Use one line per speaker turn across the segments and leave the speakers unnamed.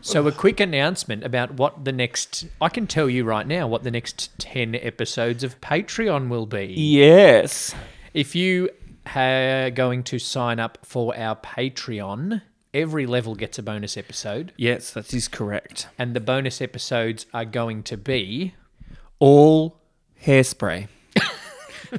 So, a quick announcement about what the next. I can tell you right now what the next 10 episodes of Patreon will be.
Yes.
If you are going to sign up for our Patreon, every level gets a bonus episode,
Yes, that is correct.
and the bonus episodes are going to be all.
Hairspray.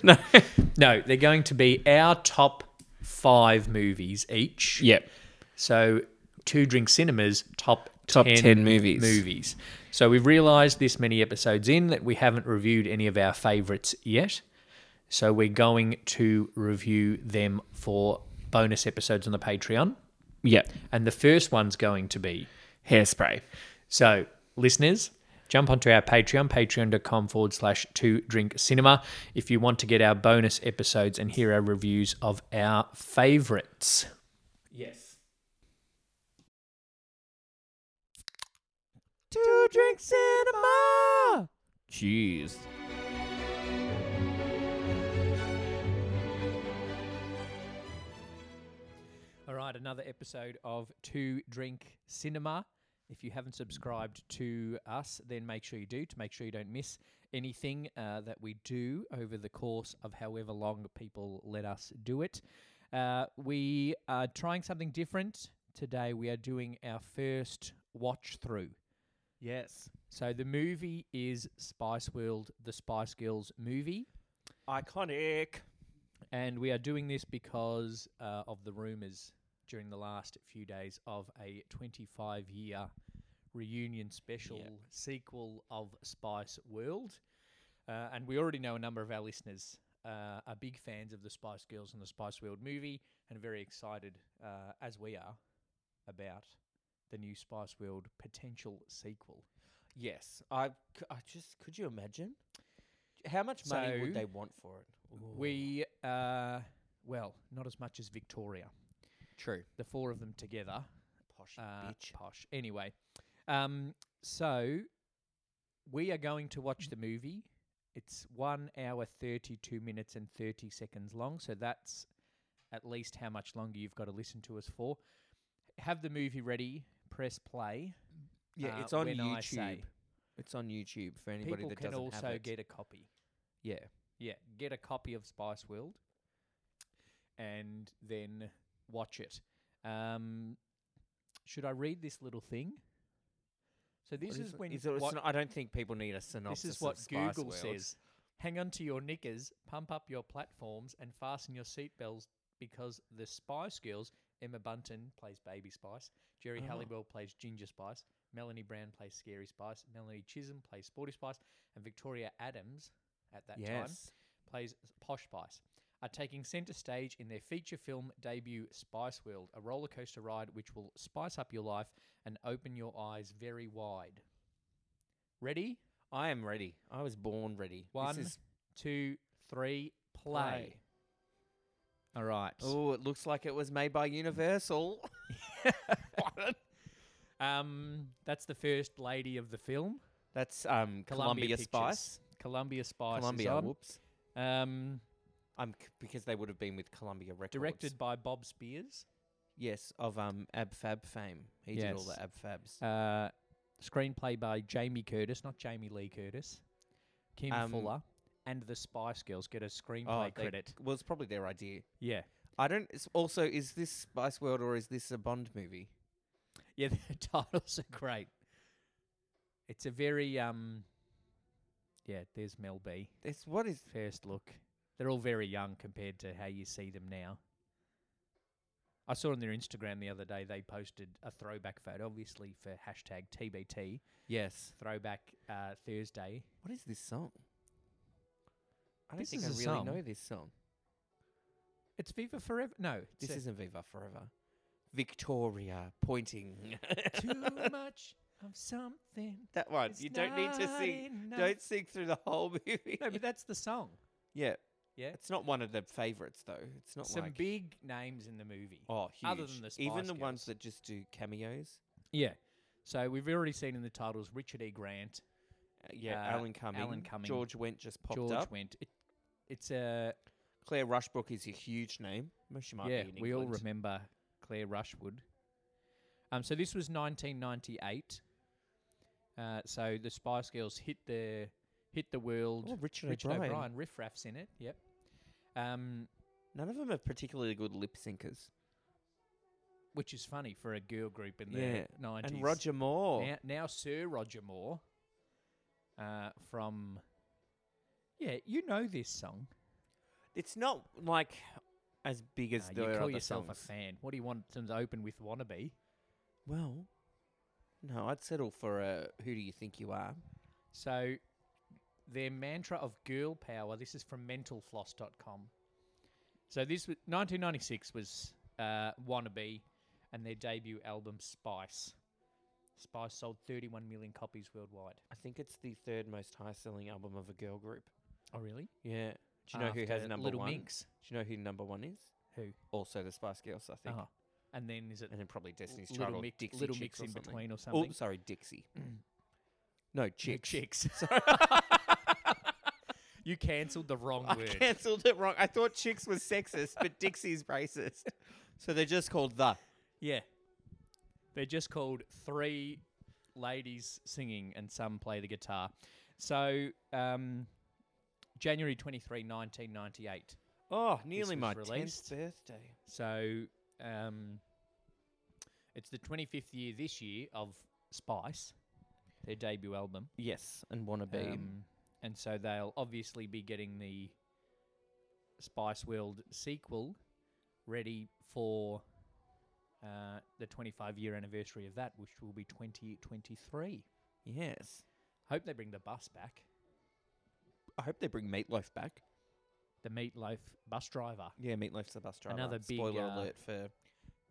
No, they're going to be our top five movies each.
Yep.
So, Two Drink Cinemas top
Top
10,
10 movies.
movies. So we've realised this many episodes in that we haven't reviewed any of our favourites yet. So we're going to review them for bonus episodes on the Patreon.
Yep.
And the first one's going to be
Hairspray.
so, listeners, jump onto our Patreon, patreon.com forward slash two drink cinema, if you want to get our bonus episodes and hear our reviews of our favorites.
Yes. Two drink cinema. Jeez.
All right, another episode of Two Drink Cinema. If you haven't subscribed to us, then make sure you do to make sure you don't miss anything uh, that we do over the course of however long people let us do it. Uh, we are trying something different. Today, we are doing our first watch through.
Yes.
So, the movie is Spice World, the Spice Girls movie.
Iconic.
And we are doing this because uh, of the rumours during the last few days of a 25 year reunion special sequel of Spice World. Uh, and we already know a number of our listeners uh, are big fans of the Spice Girls and the Spice World movie and very excited, uh, as we are, about the new Spice World potential sequel.
Yes, I, c- I just could you imagine how much money
So-
would they want for it?
We, uh, well, not as much as Victoria.
true
The four of them together
posh
uh,
bitch.
posh. Anyway, um, so we are going to watch the movie. It's one hour, 32 minutes, and 30 seconds long. So that's at least how much longer you've got to listen to us for. Have the movie ready, press play.
Yeah,
uh,
it's on
when I
YouTube.
say.
It's on YouTube for anybody
People
that
can
doesn't have
also
it.
get a copy.
yeah.
Yeah, get a copy of Spice World and then watch it. Um, should I read this little thing? So this
What
is,
it?
when
Is it a
what,
syn- I don't think people need a synopsis.
this is
of
what
Spice
Google
World.
says. Hang on to your knickers, pump up your platforms, and fasten your seatbelts because the Spice Girls, Emma Bunton plays Baby Spice, Jerry
Oh.
Halliwell plays Ginger Spice, Melanie Brown plays Scary Spice, Melanie Chisholm plays Sporty Spice, and Victoria Adams at that time
Yes.
plays Posh Spice, are taking centre stage in their feature film debut Spice World, a roller coaster ride which will spice up your life and open your eyes very wide. Ready?
I am ready. I was born ready.
One,
This is,
two, three, play.
Play.
All right.
oh, it looks like it was made by Universal.
Um, that's the first lady of the film.
That's
Columbia
um Columbia,
Pictures.
Spice.
Columbia Spice
Columbia.
is
Whoops.
on. Um,
I'm c- because they would have been with Columbia Records.
directed by Bob Spears.
Yes, of um Ab Fab fame. He did all
Yes.
the Ab Fabs.
Uh, screenplay by Jamie Curtis, not Jamie Lee Curtis. Kim
Um, Oh,
Fuller and the Spice Girls get a screenplay
they-
credit.
well, it's probably their idea.
Yeah,
I don't. It's also, is this Spice World or is this a Bond movie?
yeah. The titles are great. It's a very um. Yeah, there's Mel B.
It's what is?
First look. They're all very young compared to how you see them now. I saw on their Instagram the other day they posted a throwback photo, obviously for hashtag TBT
Yes.
Throwback uh, Thursday.
What is this song? I don't
This
think I
is
really
a
know
song.
this song.
It's Viva Forever. No, it's
This
a-
isn't Viva Forever. Victoria pointing.
too much of something.
that one.
is
You don't need to
not
sing.
enough.
Don't sing through the whole movie.
No, but that's the song.
yeah,
Yeah,
it's not one of the favorites though. It's not
some
like
big names in the movie.
oh huge.
other than the Spice
even the ones
Girls.
that just do cameos.
Yeah. So we've already seen in the titles Richard E. Grant,
Uh, yeah,
Uh,
Alan Cumming.
Alan Cumming.
George Went just popped
George
up.
Went. It, it's a
Claire Rushbrook is a huge name. Well, She might
yeah.
be in
We all
England.
remember Claire Rushwood. Um, so this was 1998. Uh, so the Spice Girls hit their hit the world.
Oh, Richard,
Richard
O'Brien.
O'Brien. Riff Raff's in it. Yep. Um,
None of them are particularly good lip syncers.
which is funny for a girl group in
Yeah.
the nineties.
And Roger Moore.
now, now Sir Roger Moore, uh, from yeah, you know this song.
It's not like as big as
Uh,
the
you call
other
yourself
songs.
a fan. What do you want them to open with? Wannabe.
Well, no, I'd settle for a Who Do You Think You Are?
So their mantra of girl power. This is from mentalfloss.com. So this was 1996 was uh, Wannabe and their debut album Spice. Spice sold 31 million copies worldwide.
I think it's the third most high selling album of a girl group.
Oh really?
Yeah. Do you know who has
After
number
Little
one?
Minx.
Do you know who number one is?
Who?
Also the Spice Girls, I think.
Oh. And then is it
And then probably Destiny's
Little
Child or
Mix,
Dixie
Little Mix
Chicks or
in
something.
between or
Oh,
something?
sorry, Dixie. no,
The
Chicks.
Chicks. you cancelled the wrong
I
word.
cancelled it wrong. I thought Chicks was sexist, but Dixie's racist. So they're just called The.
Yeah. They're just called three ladies singing and some play the guitar. So, um, January 23, 1998.
Oh,
was
nearly my
released.
10th birthday.
So, um, it's the 25th year this year of Spice, their debut album.
Yes, and Wannabe.
Um, and so they'll obviously be getting the Spice World sequel ready for uh, the 25 year anniversary of that, which will be 2023.
yes.
Hope they bring the bus back,
I hope they bring Meatloaf back.
the meatloaf bus driver.
Yeah, Meatloaf's the bus driver.
Another big,
Spoiler
uh,
alert for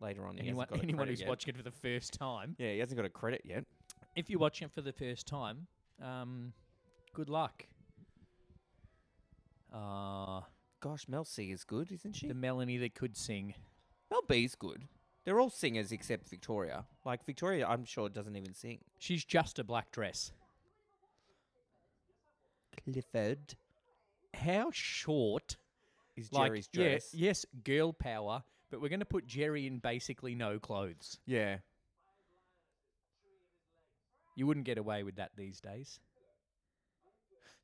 later on. He
Anyone,
hasn't got a
anyone
credit
who's
yet.
watching it for the first time,
Yeah, he hasn't got a credit yet.
if you're watching it for the first time, um, good luck. Uh,
Gosh, Mel C is good, isn't she?
the Melanie that could sing.
Mel B's good. They're all singers except Victoria. Like Victoria, I'm sure doesn't even sing.
She's just a black dress.
Clifford
How short
is
Like,
Jerry's
yeah,
dress.
yes, girl power, but we're going to put Jerry in basically no clothes.
yeah.
You wouldn't get away with that these days.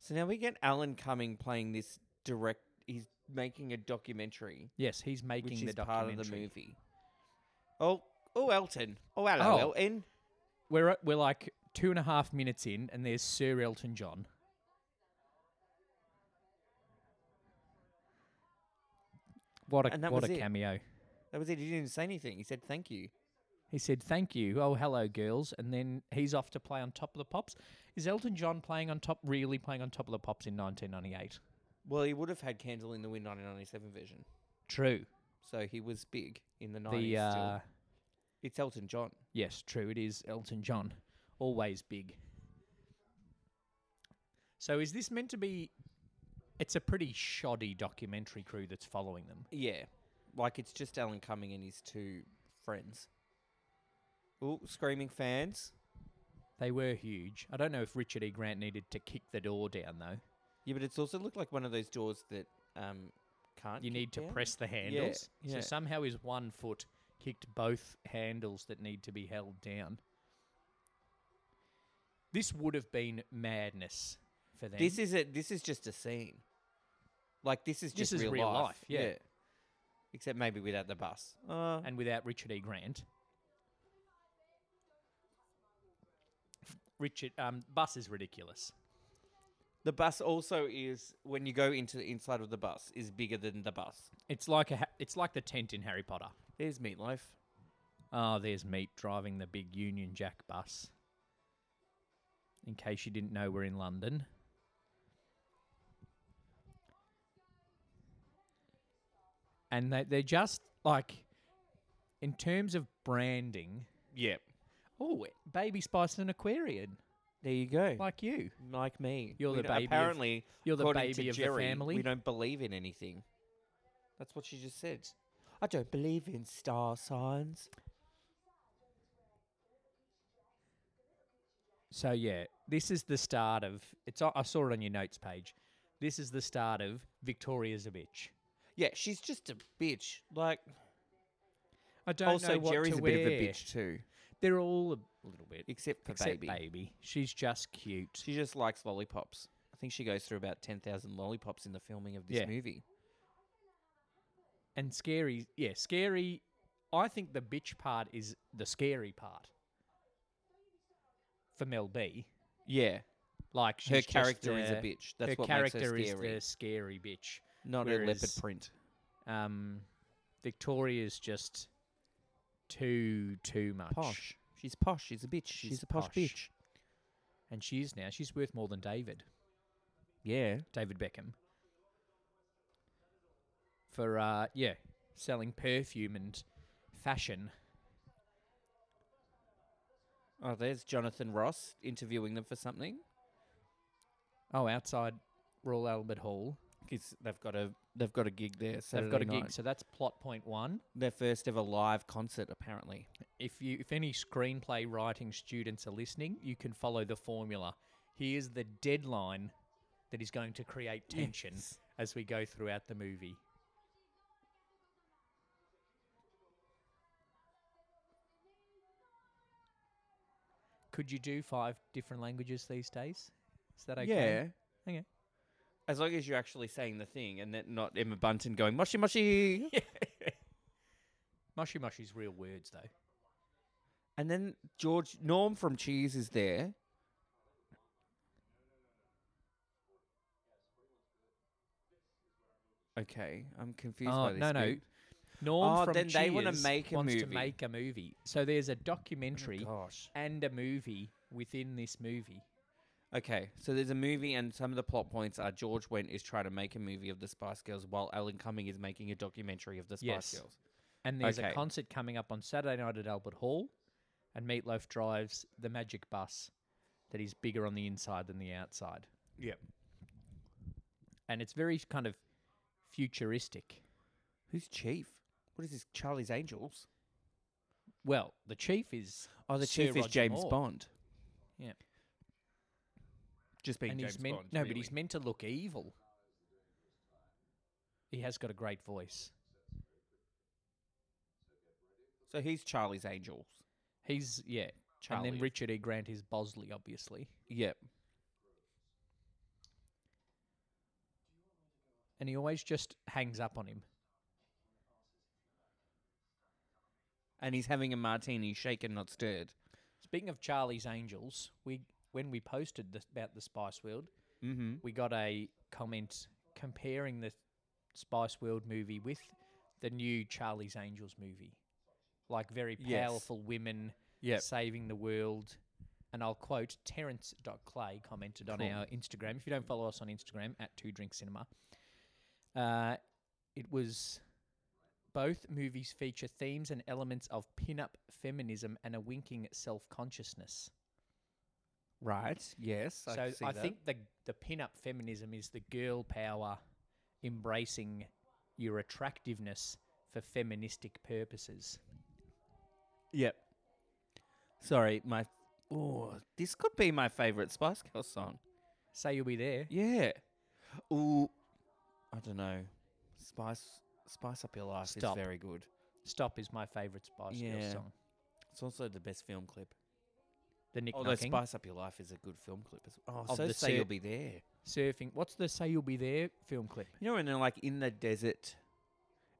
So now we get Alan Cumming playing this direct. He's making a documentary,
Yes, he's making
which
the
is part
documentary.
of the movie. Oh, oh, Elton. Oh, hello,
Oh.
Elton.
We're at- we're like two and a half minutes in, and there's Sir Elton John. What a
And that
what
was
a
it.
cameo!
That was it. He didn't even say anything. He said thank you.
He said, "Thank you, oh hello, girls," and then he's off to play on Top of the Pops. Is Elton John playing on top? Really playing on Top of the Pops in 1998?
Well, he would have had Candle in the Wind 1997 version.
True.
So he was big in the 90s
The
still.
uh,
It's Elton John.
Yes, true. It is Elton John. Always big. So is this meant to be. It's a pretty shoddy documentary crew that's following them.
Yeah. Like it's just Alan Cumming and his two friends. Ooh, screaming fans.
They were huge. I don't know if Richard E. Grant needed to kick the door down, though.
Yeah, but it's also looked like one of those doors that um can't
You
kick
need to
down.
press the handles.
yeah.
So somehow his one foot kicked both handles that need to be held down. This would have been madness for them.
This is a this is just a scene. Like this is
This
just
is
real,
real
life.
life, yeah.
Except maybe without the bus. Uh,
and without Richard E. Grant. Richard, um, bus is ridiculous.
the bus also is when you go into the inside of the bus is bigger than the bus.
It's like a, ha- it's like the tent in Harry Potter.
There's meatloaf.
Oh, there's Meat driving the big Union Jack bus. In case you didn't know, we're in London. And they, they're just like, in terms of branding,
Yeah.
oh, Baby Spice and Aquarian,
There you go.
like you.
Like me.
You're
We
the
don't-
baby of-
Apparently,
You're the
according
baby
to
of
Jerry,
the family.
We don't believe in anything. That's what she just said. I don't believe in star signs.
So yeah, this is the start of it's. I saw it on your notes page. This is the start of Victoria's a bitch.
Yeah, she's just a bitch. Like
I don't
also
know what
Jerry's
to
a
wear.
bit of a bitch too.
They're all a little bit.
except for
Except
baby.
baby. She's just cute.
She just likes lollipops. I think she goes through about ten thousand lollipops in the filming of this
Yeah.
movie.
And scary. Yeah, scary. I think the bitch part is the scary part for Mel B.
Yeah,
Like she's
her
just
character is
the-
a bitch. That's
her
what makes
character
her
is
scary.
the scary bitch.
Not a leopard
whereas-
print.
Um, Victoria's just too too much.
Posh. She's posh. She's a bitch. She's, a posh, bitch.
And she is now. She's worth more than David.
Yeah.
David Beckham. For uh yeah, selling perfume and fashion.
Oh, there's Jonathan Ross interviewing them for something.
Oh, outside Royal Albert Hall.
Because they've got a they've got a gig there. Saturday
They've got a
night.
gig, so that's plot point one.
Their first ever live concert, apparently.
If you if any screenplay writing students are listening, you can follow the formula. Here's the deadline that is going to create tension
Yes.
as we go throughout the movie. Could you do five different languages these days? Is that okay?
Yeah.
Okay.
As long as you're actually saying the thing and that not Emma Bunton going moshi moshi.
Mushy mushy's real words though.
and then George Norm from Cheese is there. Okay, I'm confused
Oh,
by this.
no, no.
bit.
Norm
Oh,
from
then they wanna
Cheers
make a
wants to
movie.
make a movie. So there's a
Oh,
documentary
gosh.
and a movie within this movie.
Okay, so there's a movie, and some of the plot points are George Went is trying to make a movie of the Spice Girls, while Alan Cumming is making a documentary of the Spice
Yes.
Girls.
And there's
Okay.
a concert coming up on Saturday night at Albert Hall, and Meatloaf drives the magic bus that is bigger on the inside than the outside.
Yep.
And it's very kind of futuristic.
Who's Chief? What is this? Charlie's Angels?
Well, the chief is
Oh, the
Sir
Chief is
Roger
James
Moore.
Bond.
Yeah.
Just being
and
James
he's meant
Bond.
no, but
really.
he's meant to look evil. He has got a great voice.
so he's Charlie's Angels.
He's yeah.
Charlie.
And then Richard E. Grant is Bosley, obviously.
Yep.
And he always just hangs up on him.
And he's having a martini, shaken, not stirred.
Speaking of Charlie's Angels, we when we posted this, about the Spice World,
Mm-hmm.
we got a comment comparing the Spice World movie with the new Charlie's Angels movie. Like very
Yes.
powerful women
Yep.
saving the world. And I'll quote Terence dot Clay commented on
Cool.
our Instagram. If you don't follow us on Instagram, at Two Drink Cinema, uh, it was both movies feature themes and elements of pin-up feminism and a winking self-consciousness.
Right. Yes. I
so
can see
I
that.
think the the pin-up feminism is the girl power embracing your attractiveness for feministic purposes.
Yep. Sorry, my. Oh, this could be my favorite Spice Girls song.
Say you'll be there.
Yeah. Ooh, I don't know. Spice, spice up your life
Stop.
is very good.
Stop is my favourite Spice
Yeah.
Girls song.
It's also the best film clip.
The Nick
Although
Knocking.
Spice Up Your Life is a good film clip. As well. Oh,
Of
so
the
say you'll
Sir-
be there.
surfing. What's the "Say You'll Be There" film clip?
You know when they're like in the desert,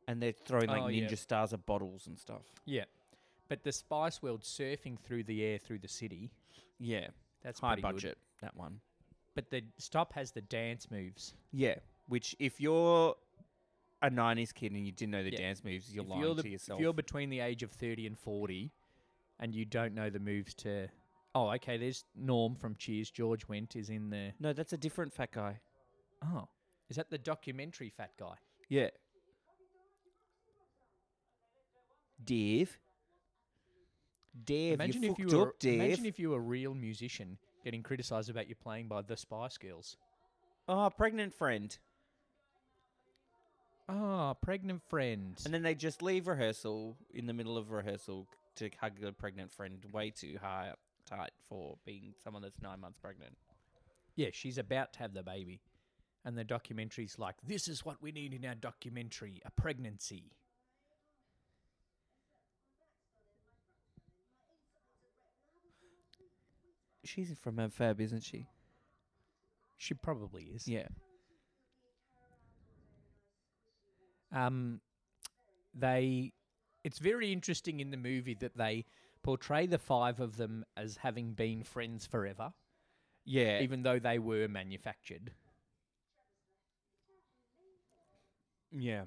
and they're throwing like
Oh, yeah.
ninja stars at bottles and stuff.
Yeah, but the Spice World surfing through the air through the city.
Yeah,
That's
high
pretty good.
budget that one.
But the stop has the dance moves.
Yeah, which if you're a '90s kid and you didn't know the
Yeah.
dance moves, you're
if
lying
you're the-
to yourself.
If you're between the age of thirty and forty, and you don't know the moves to, oh, okay. There's Norm from Cheers. George Went is in there.
no, that's a different fat guy.
Oh, is that the documentary fat guy?
Yeah. Dave. Dave,
imagine
you
if
fucked
you were
up, Dave.
imagine if you were a real musician getting criticised about your playing by the Spice Girls.
oh, pregnant friend.
Ah, pregnant friend.
And then they just leave rehearsal in the middle of rehearsal to hug the pregnant friend way too high up tight for being someone that's nine months pregnant.
Yeah, she's about to have the baby. And the documentary's like, this is what we need in our documentary a pregnancy.
She's from Mad Fab, isn't she?
She probably is.
Yeah.
Um, they. It's very interesting in the movie that they portray the five of them as having been friends forever,
Yeah.
even though they were manufactured.
yeah.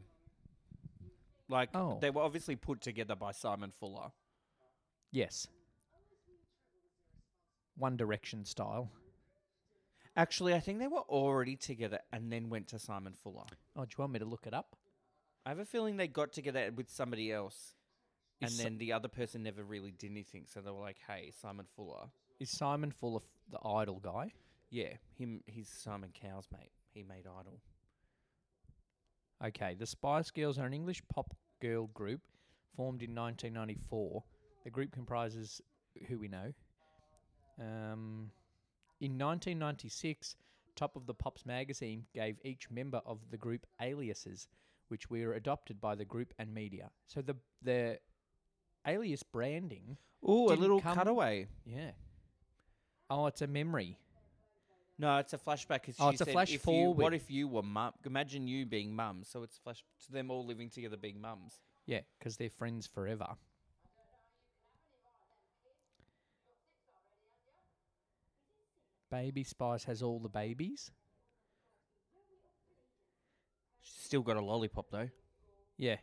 Like
Oh.
they were obviously put together by Simon Fuller.
Yes. One Direction style.
Actually, I think they were already together and then went to Simon Fuller.
Oh, do you want me to look it up?
I have a feeling they got together with somebody else, and
Is Si-
then the other person never really did anything. So they were like, "Hey, Simon Fuller,
Is Simon Fuller f- the idol guy?
yeah, him, he's Simon Cow's mate. He made Idol."
Okay, the Spice Girls are an English pop girl group formed in 1994. The group comprises who we know. Um, in 1996, Top of the Pops magazine gave each member of the group aliases, which were adopted by the group and media. So the the alias branding,
Oh, a
Didn't
little
come-
cutaway.
yeah. Oh, it's a memory.
No, it's a flashback. 'cause
Oh,
she
it's a
said,
flash
if you-
forward.
what if you were mum? Imagine you being mum. So it's flash to them all living together, being mums.
Yeah, 'cause they're friends forever. Baby Spice has all the babies.
She's still got a lollipop though.
Yeah.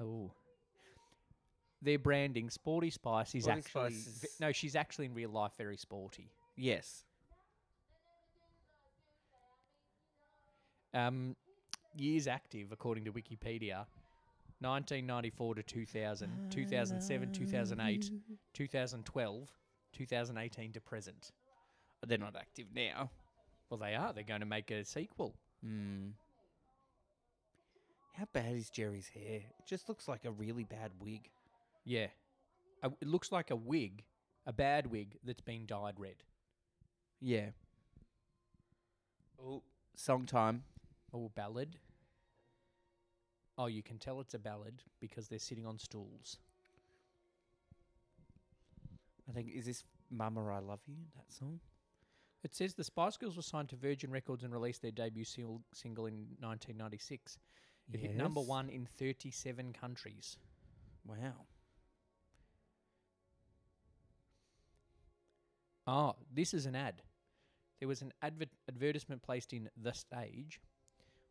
Oh. Their branding, Sporty Spice, is
Sporty
actually
Spice
ve-
is-
no, she's actually in real life very sporty.
Yes.
Um, years active according to Wikipedia. 1994 to 2000, 2007, 2008, 2012, 2018 to present.
They're not active now.
Well, they are. They're going to make a sequel.
Hmm. How bad is Jerry's hair? It just looks like a really bad wig.
Yeah. A- It looks like a wig, a bad wig that's been dyed red.
Yeah. Oh, song time.
Oh, ballad. Oh, you can tell it's a ballad because they're sitting on stools.
I think is this "Mama, I Love You" that song.
It says the Spice Girls were signed to Virgin Records and released their debut single, single in 1996. It hit number
Yes.
one in 37 countries.
Wow.
Oh, this is an ad. There was an advert advertisement placed in The Stage.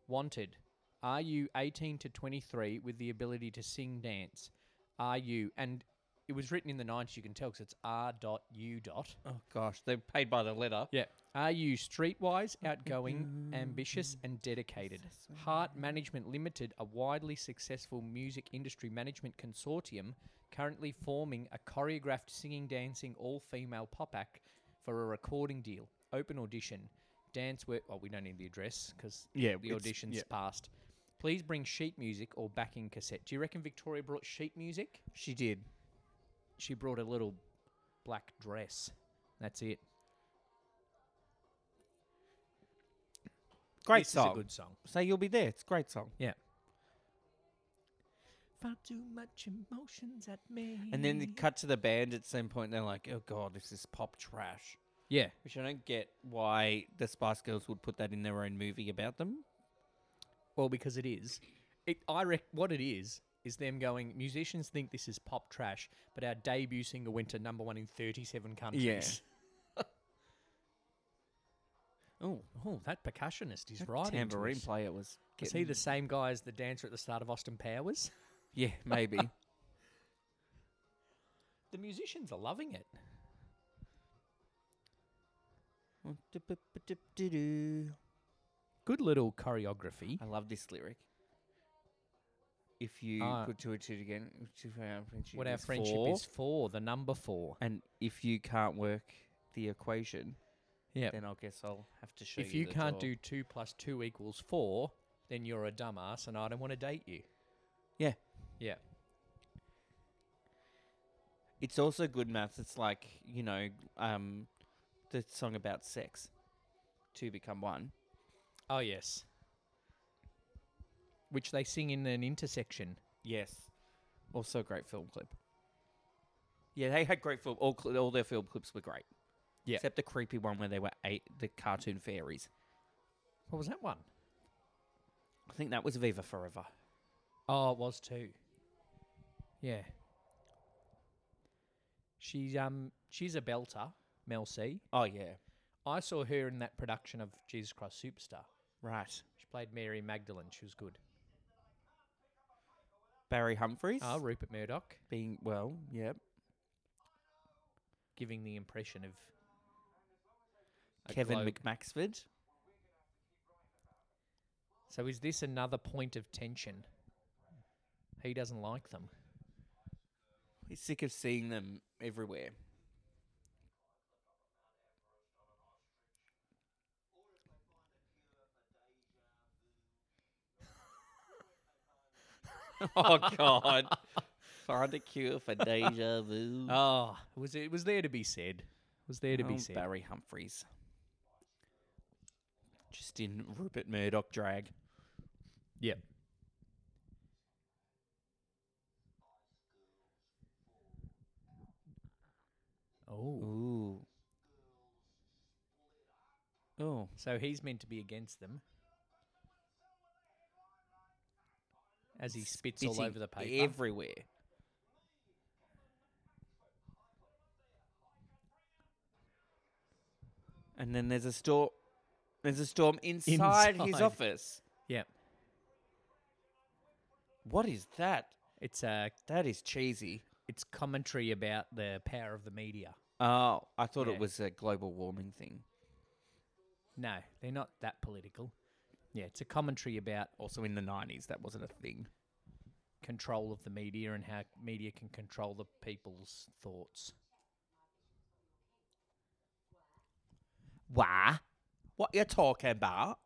Wanted. Are you 18 to 23 with the ability to sing, dance? Are you? And it was written in the 90s, you can tell, 'cause it's R dot U dot.
Oh gosh, they're paid by the letter.
Yeah. Are you streetwise, outgoing, ambitious, and dedicated? Heart Management Limited, a widely successful music industry management consortium, currently forming a choreographed singing, dancing, all female pop act for a recording deal. Open audition. Dance work. Well, we don't need the address because
Yeah,
the
it's-
audition's
yeah.
passed. Please bring sheet music or backing cassette. Do you reckon Victoria brought sheet music?
She did.
She brought a little black dress. That's it.
Great
this
song.
is a good song.
So you'll be there. It's a great song.
Yeah. Far too much emotions at me.
And then they cut to the band at some point. They're like, "Oh god, this is pop trash,"
yeah,
which I don't get why the Spice Girls would put that in their own movie about them.
well, because it is. It, I rec- what it is is them going. Musicians think this is pop trash, but our debut single went to number one in thirty-seven countries.
Oh,
Oh, that percussionist is
that
right.
tambourine
into us.
player was.
Is he
Getting...
the same guy as the dancer at the start of Austin Powers?
Yeah, maybe.
The musicians are loving it. Oh, Good little choreography.
I love this lyric. If you
Ah.
put two and two again, two for our friendship
What our
is
friendship
four,
is for, the number four.
and if you can't work the equation,
Yeah.
then I guess I'll have to show
If you
the
can't
door.
do two plus two equals four, then you're a dumbass, and I don't want to date you.
yeah,
Yeah.
it's also good maths. It's like you know, um, the song about sex, two become one.
Oh yes. Which they sing in an intersection.
Yes, Also, great film clip. Yeah, they had great film. All, cl- all their film clips were great.
Yeah.
Except the creepy one where they were eight, the cartoon fairies.
What was that one?
I think that was Viva Forever.
Oh, it was too. Yeah. She's um she's a belter, Mel C.
Oh, yeah.
I saw her in that production of Jesus Christ Superstar.
Right.
She played Mary Magdalene. She was good.
Barry Humphries.
Ah, Rupert Murdoch
being, well, yeah.
giving the impression of a
Kevin
globe.
McMaxford.
So is this another point of tension? He doesn't like them.
He's sick of seeing them everywhere. oh God! Find a cure for deja vu.
Oh, it was it was there to be said? It Was there to
Oh,
be said?
Barry Humphries, just in Rupert Murdoch drag.
Yep. Oh.
Ooh. Oh.
So he's meant to be against them. As he spits all
spitting
over the paper.
everywhere. And then there's a storm. There's a storm inside, his
Inside.
office.
yep.
What is that?
It's uh
That is cheesy.
it's commentary about the power of the media.
Oh, I thought
Yeah.
it was a global warming thing.
No, they're not that political. Yeah, it's a commentary about
Also, in the '90s, that wasn't a thing.
control of the media and how media can control the people's thoughts.
Wah. What you talking about?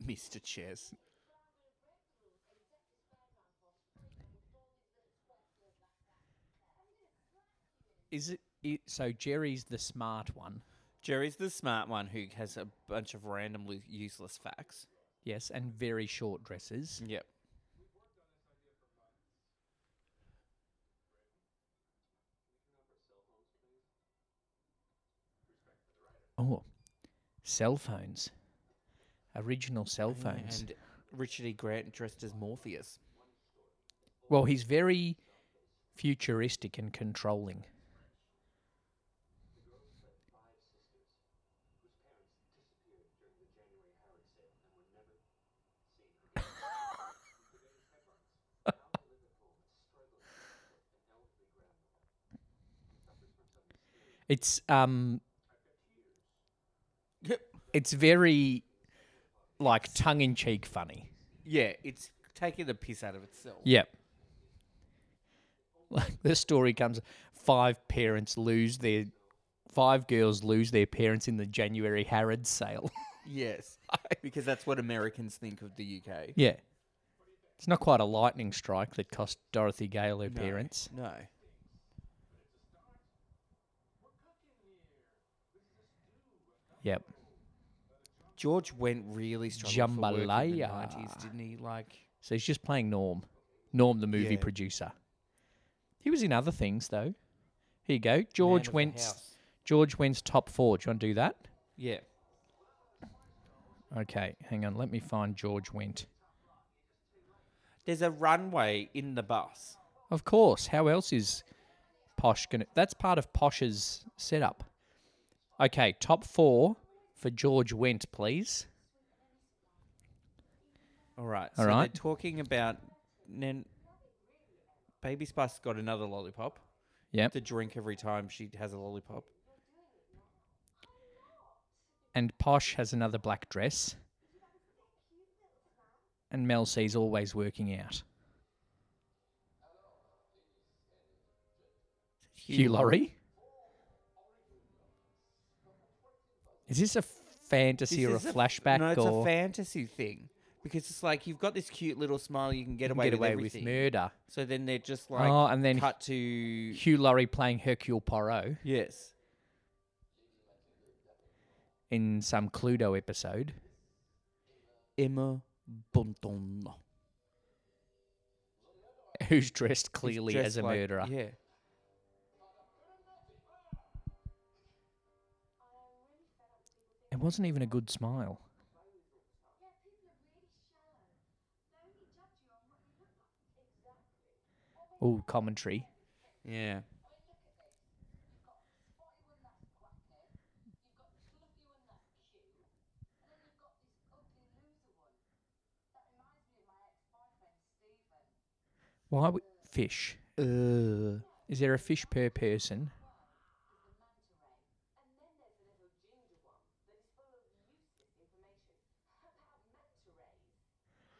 Mr. Chess.
Is it, it so Jerry's the smart one?
Jerry's the smart one who has a bunch of randomly useless facts.
Yes, and very short dresses.
Yep.
Oh, cell phones. Original cell phones.
And Richard E. Grant dressed as Morpheus.
well, he's very futuristic and controlling. It's um
Yep.
it's very like tongue in cheek funny.
Yeah, it's taking the piss out of itself.
Yep. Like the story comes five parents lose their five girls lose their parents in the January Harrods sale.
Yes. because that's what Americans think of the UK.
yeah. It's not quite a lightning strike that cost Dorothy Gale her
No,
parents.
No.
Yep.
George went really strong for work in the
Jambalaya.
90s, didn't he? Like,
So he's just playing Norm. Norm the movie
Yeah.
producer. He was in other things though. Here you go. George
of the
Wentz
house.
George Wentz top four. Do you want to do that?
yeah.
Okay, hang on. Let me find George Went.
There's a runway in the bus.
Of course. How else is Posh going to. That's part of Posh's setup. Okay, top four for George Went, please.
All right.
All
so
right.
they're talking about. and Then Baby Spice got another lollipop.
Yep.
To drink every time she has a lollipop.
And Posh has another black dress. And Mel C's always working out. Hugh Laurie? Is this a
This
fantasy or a
is f-
flashback?
No, it's
or
a fantasy thing. Because it's like you've got this cute little smile, you can get
You can
away,
get
with,
away with
everything.
murder.
So then they're just like
Oh, and then
cut to
Hugh Laurie playing Hercule Poirot.
yes,
in some Cluedo episode.
Emma Bunton.
who's dressed clearly as a murderer.
Yeah.
It wasn't even a good smile. Oh, commentary.
Yeah.
Why would fish?
Ugh.
Is there a fish per person?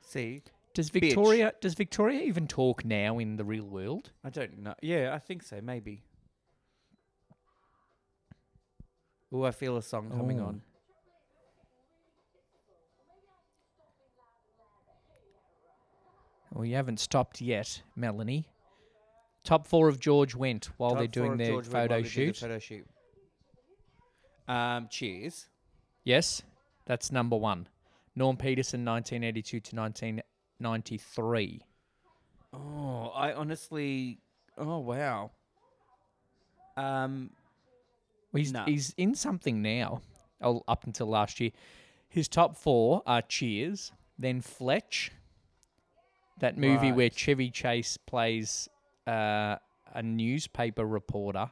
See,
Does
Bitch.
Victoria does Victoria even talk now in the real world?
I don't know. Yeah, I think so. Maybe. Oh, I feel a song coming
Oh.
on.
Well, you haven't stopped yet, Melanie. Top four of George Went while they're
Time for
doing their
George Webb while
photo
they do the
shoot.
photo shoot. Um, cheers.
Yes, that's number one. Norm Peterson, 1982 to 1993.
Oh, I honestly. Oh wow. Um,
Well, He's,
No.
he's in something now, oh, up until last year. His top four are Cheers, then Fletch, that movie where
Right.
Chevy Chase plays uh, a newspaper reporter.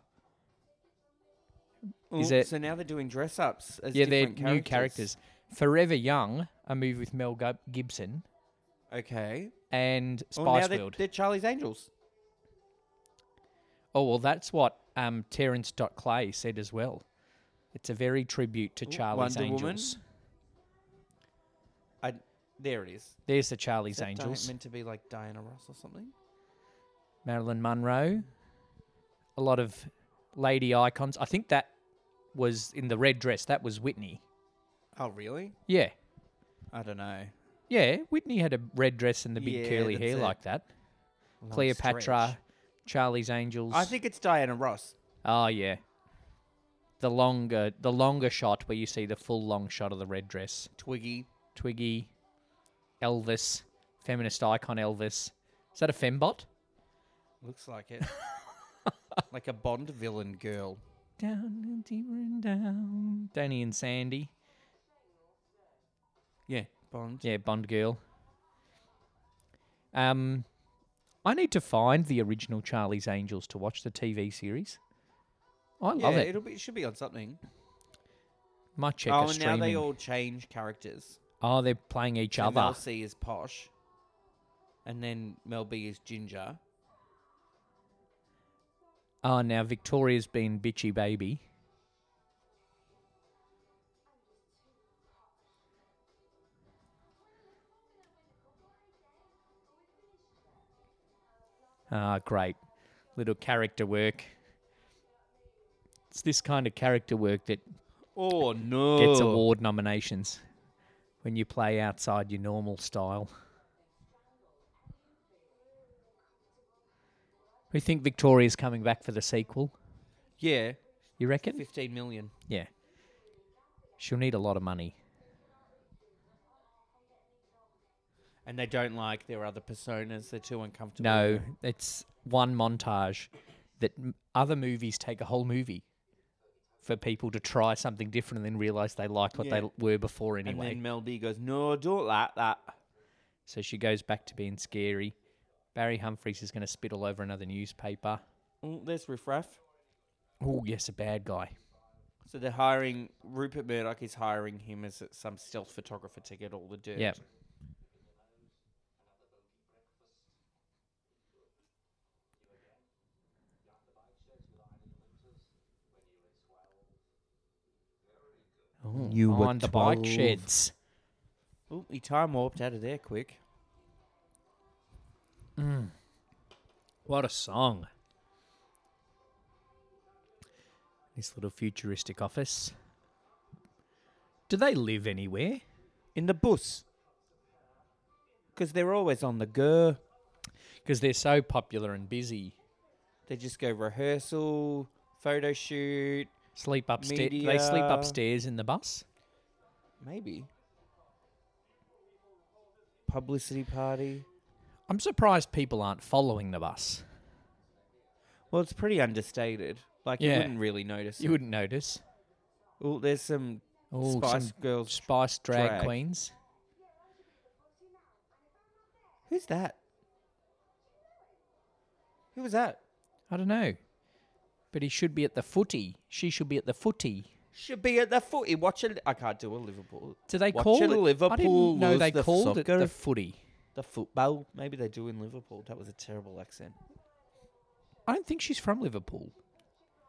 Is
oh,
it-
so now they're doing dress ups as
yeah, they're
different
new characters. Forever Young, a movie with Mel Gib- Gibson,
Okay.
and
Oh, now
Spice
they're,
World.
they're Charlie's Angels.
Oh well, that's what um, Terence Dot Clay said as well. It's a very tribute to
Ooh,
Charlie's
Wonder Woman.
Angels.
I there it is.
There's the
Is
Charlie's
that Di-
Angels.
meant to be like Diana Ross or something.
Marilyn Monroe, a lot of lady icons. I think that was in the red dress. That was Whitney.
Oh really?
Yeah,
I don't know.
yeah. Whitney had a red dress and the big
Yeah,
curly
that's
hair
it.
like that.
Long
Cleopatra,
stretch.
Charlie's Angels.
I think it's Diana Ross.
Oh yeah. The longer, the longer shot where you see the full long shot of the red dress.
Twiggy.
Twiggy, Elvis, feminist icon Elvis. Is that a fembot?
Looks like it. like a Bond villain girl.
Down and deeper and down. Danny and Sandy.
Yeah. Bond.
Yeah, Bond girl. Um, I need to find the original Charlie's Angels to watch the TV series. I love
Yeah,
it.
It'll be. It should be on something.
My check
oh,
is
and now
streaming.
they all change characters.
oh, they're playing each
So
other.
Mel C is posh, and then Mel B is ginger.
Oh, now Victoria's been bitchy baby. Ah, great. Little character work. It's this kind of character work that
Oh no!
gets award nominations when you play outside your normal style. We think Victoria's coming back for the sequel.
Yeah,
You reckon?
fifteen million.
Yeah. She'll need a lot of money.
And they don't like their other personas. They're too uncomfortable.
No, it's one montage that m- other movies take a whole movie for people to try something different and then realize they liked what
Yeah.
they l- were before
And
anyway.
then Mel B goes, "No, don't like that."
so she goes back to being scary. Barry Humphries is going to spit all over another newspaper.
Mm, there's riff raff.
Oh, yes, a bad guy.
So they're hiring Rupert Murdoch is hiring him as some stealth photographer to get all the dirt.
Yeah. Oh,
You were
behind the bike
12.
sheds.
Ooh, he time warped out of there quick.
What a song. This little futuristic office. Do they live anywhere?
In the bus. Because they're always on the go.
Because they're so popular and busy.
They just go rehearsal, photo shoot,
Sleep upstairs. They sleep
Media.
upstairs in the bus.
Maybe. Publicity party.
I'm surprised people aren't following the bus.
Well, it's pretty understated. Like you
Yeah.
wouldn't really notice.
You
it.
wouldn't notice.
Well, there's some
Oh,
Spice
some
Girls.
spice drag,
drag.
queens.
Who's that? Who was that?
I don't know. But he should be at the footy. She should be at the footy.
Should be at the footy. Watch it. I can't do a Liverpool.
Do they
Watch
call
it,
it? I
Liverpool
didn't know
lose
they
the
called it
soccer.
the footy.
The football. Maybe they do in Liverpool. That was a terrible accent.
I don't think she's from Liverpool.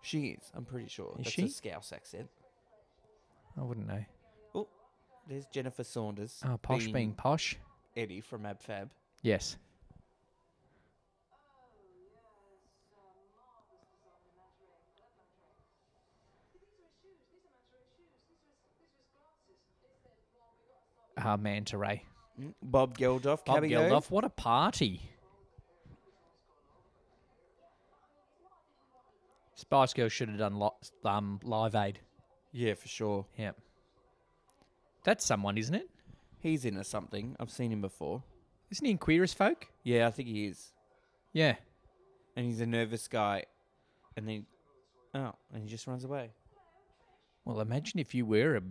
She is. I'm pretty sure.
Is
That's
she?
a Scouse accent.
I wouldn't know.
There's Jennifer Saunders.
Oh, posh being, posh.
Eddie from AbFab.
Yes. Ah, Manta Ray.
Mm, Bob Geldof.
Bob
cameo.
Geldof, what a party. Spice Girls should have done lo- um, Live Aid.
Yeah, for sure.
Yep. That's someone, isn't it?
He's into something. I've seen him before.
Isn't he in Queer as Folk?
Yeah, I think he is.
Yeah.
And he's a nervous guy. And then, oh, and he just runs away.
Well, imagine if you were a,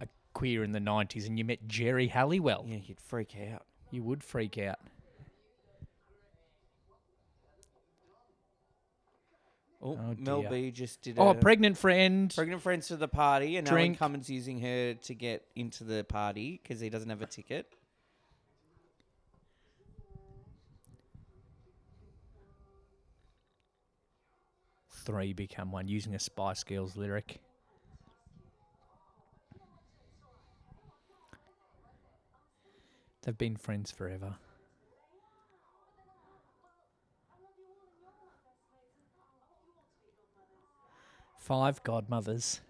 a queer in the 90s and you met Jerry Halliwell.
Yeah, he'd freak out.
You would freak out.
Oh,
Oh,
Mel
dear.
B just did
Oh,
a
pregnant friend.
pregnant friends to the party, and Alan
Drink.
Cummins using her to get into the party because he doesn't have a ticket.
Three become one using a Spice Girls lyric. They've been friends forever. Five godmothers.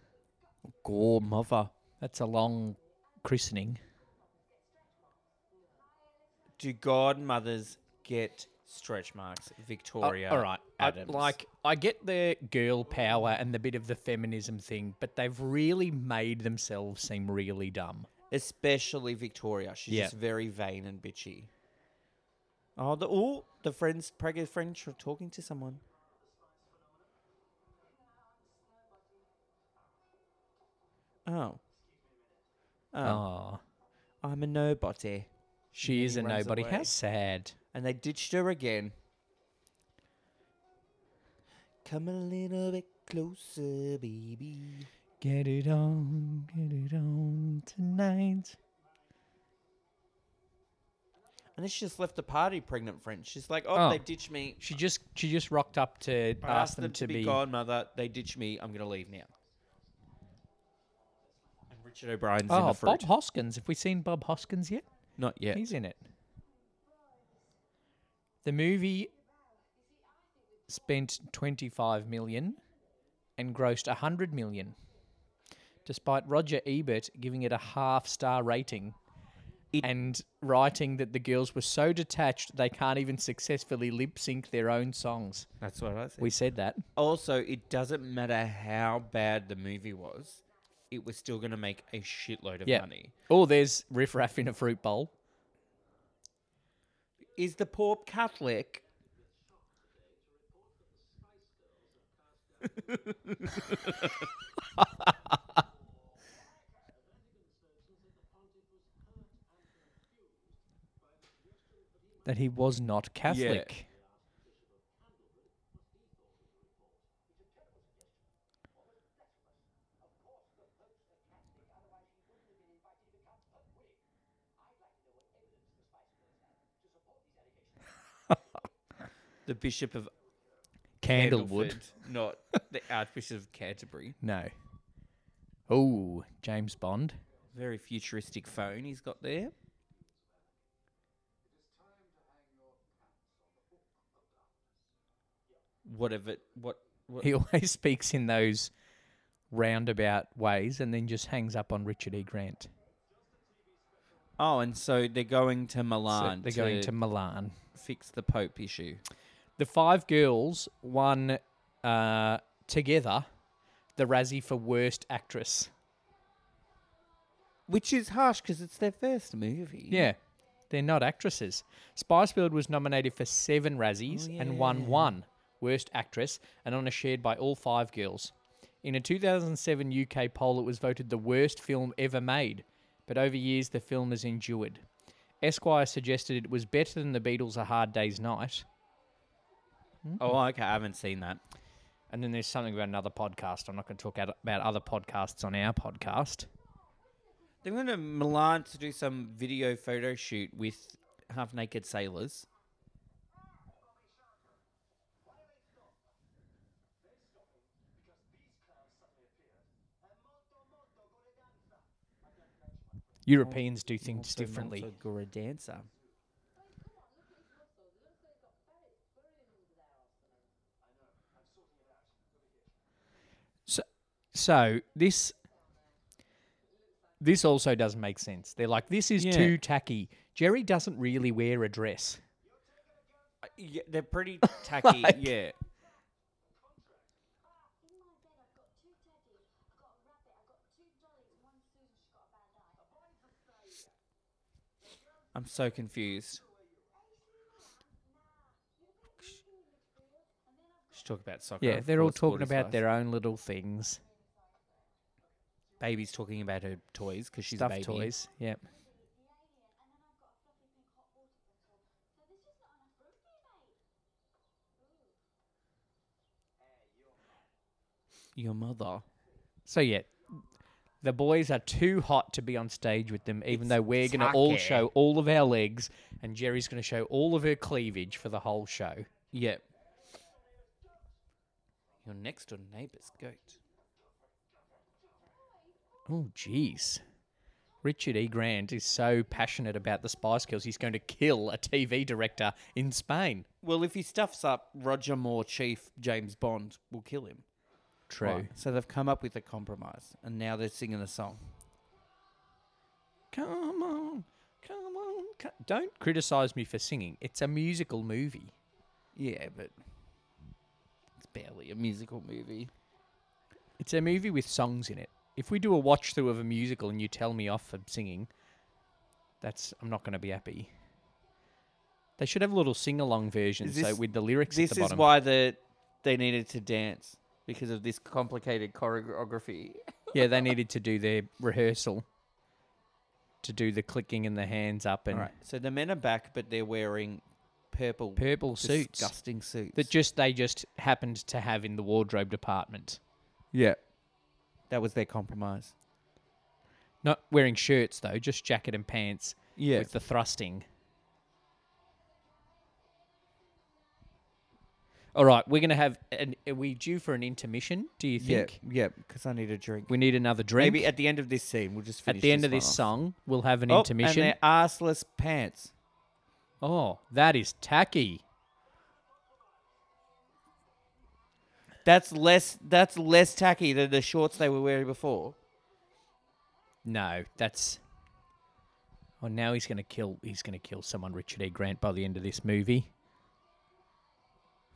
Gore mother.
That's a long christening.
Do godmothers get stretch marks? Victoria.
Oh, all right. I-
Adams.
like I get the girl power and the bit of the feminism thing, but they've really made themselves seem really dumb.
especially Victoria. She's
Yeah.
just very vain and bitchy. Oh, the oh, the friends, pregnant friend, tr- talking to someone. Oh. oh,
Oh,
I'm a nobody,
she
then
is
he
a
runs
nobody. How
away.
sad.
and they ditched her again. Come a little bit closer, baby.
Get it on, get it on tonight.
And then she just left the party, pregnant friend. She's like, oh,
Oh.
they ditched me.
She just she just rocked up to
I
ask them to be.
godmother. They ditch me. I'm going to leave now. And Richard O'Brien's in the
Oh,
fruit.
Bob Hoskins. Have we seen Bob Hoskins yet?
Not yet.
He's in it. The movie spent 25 million and grossed 100 million, despite Roger Ebert giving it a half star rating
It-
and writing that the girls were so detached they can't even successfully lip sync their own songs.
That's what I said.
We said that.
also, it doesn't matter how bad the movie was. It was still going to make a shitload of
Yeah.
money.
Oh, there's Riff Raff in a fruit bowl.
Is the poor Catholic?
That he was not Catholic.
The Bishop of
Candlewood.
Candleford, not the Archbishop of Canterbury.
No. Oh, James Bond.
Very futuristic phone he's got there. Whatever. What? what
He always speaks in those roundabout ways and then just hangs up on Richard E. Grant.
Oh, and so they're going to
So
Milan.
they're going to Milan.
fix the Pope issue.
The five girls won uh, together the Razzie for Worst Actress.
Which is harsh because it's their first movie.
Yeah, they're not actresses. Spicefield was nominated for seven Razzies and won one Worst Actress, an honour shared by all five girls. In a 2007 UK poll, it was voted the worst film ever made, but over years the film has endured. Esquire suggested it was better than The Beatles' A Hard Day's Night,
Oh, okay. I haven't seen that.
and then there's something about another podcast. I'm not going to talk out- about other podcasts on our podcast.
They went to Milan to do some video photo shoot with half naked sailors.
Europeans do things differently.
You're a dancer.
So this this also doesn't make sense. They're like, this is
Yeah.
too tacky. Jerry doesn't really wear a dress.
Uh, Yeah, they're pretty tacky.
Like-
yeah. I'm so confused. She's talking about soccer.
Yeah,
of
they're all
course,
talking
Gordy's
about
last.
their own little things,
baby's talking about her toys because she's
stuffed
a baby.
toys. Yeah.
Your mother.
So yeah, the boys are too hot to be on stage with them, even though we're going to all
tacky.
show all of our legs, and Jerry's going to show all of her cleavage for the whole show.
Yep. Your next door neighbour's goat.
Oh, jeez. Richard E. Grant is so passionate about the Spice Girls, he's going to kill a TV director in Spain.
Well, if he stuffs up Roger Moore, Chief James Bond, will kill him.
True.
Right, So they've come up with a compromise, and now they're singing a song.
Come on, come on. co- Don't criticize me for singing. It's a musical movie.
Yeah, but it's barely a musical movie.
It's a movie with songs in it. If we do a watch through of a musical and you tell me off for singing, that's I'm not going to be happy. They should have a little sing along version,
Is
so
this-
with the lyrics
This
at the
is
bottom.
why the they needed to dance because of this complicated choreography.
yeah, they needed to do their rehearsal to do the clicking and the hands up and
All right. So the men are back, but they're wearing purple,
purple suits
disgusting suits.
that just they just happened to have in the wardrobe department.
yeah, that was their compromise.
Not wearing shirts though, just jacket and pants
Yeah.
with the thrusting. All right, we're going to have an are we due for an intermission, do you
yeah,
think?
yeah. Because I need a drink.
We need another drink.
Maybe at the end of this scene, we'll just finish
at the end of
one
this
off.
song, we'll have an
Oh,
intermission.
and their arseless pants.
Oh, that is tacky.
That's less. That's less tacky than the shorts they were wearing before.
No, that's Oh, now he's going to kill he's going to kill someone Richard E. Grant by the end of this movie.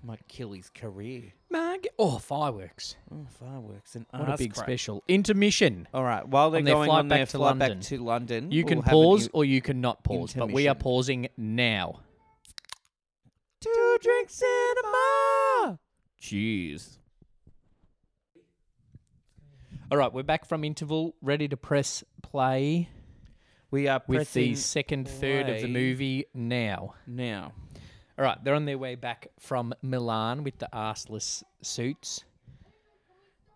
Might kill his career.
Mag- oh, fireworks.
Oh, fireworks and
What a
arse
big
crack.
special. Intermission.
All right. While they're
On their
going
flight
on
back
their
to
flight
London.
back to London,
You can
we'll have a
pause
new-
or you can not pause, but we are
intermission.
pausing now.
Two drink cinema. Jeez.
All right, we're back from interval, ready to press play
We are
with
pressing
the second third of the
play.
movie now.
now.
All right, they're on their way back from Milan with the arseless suits,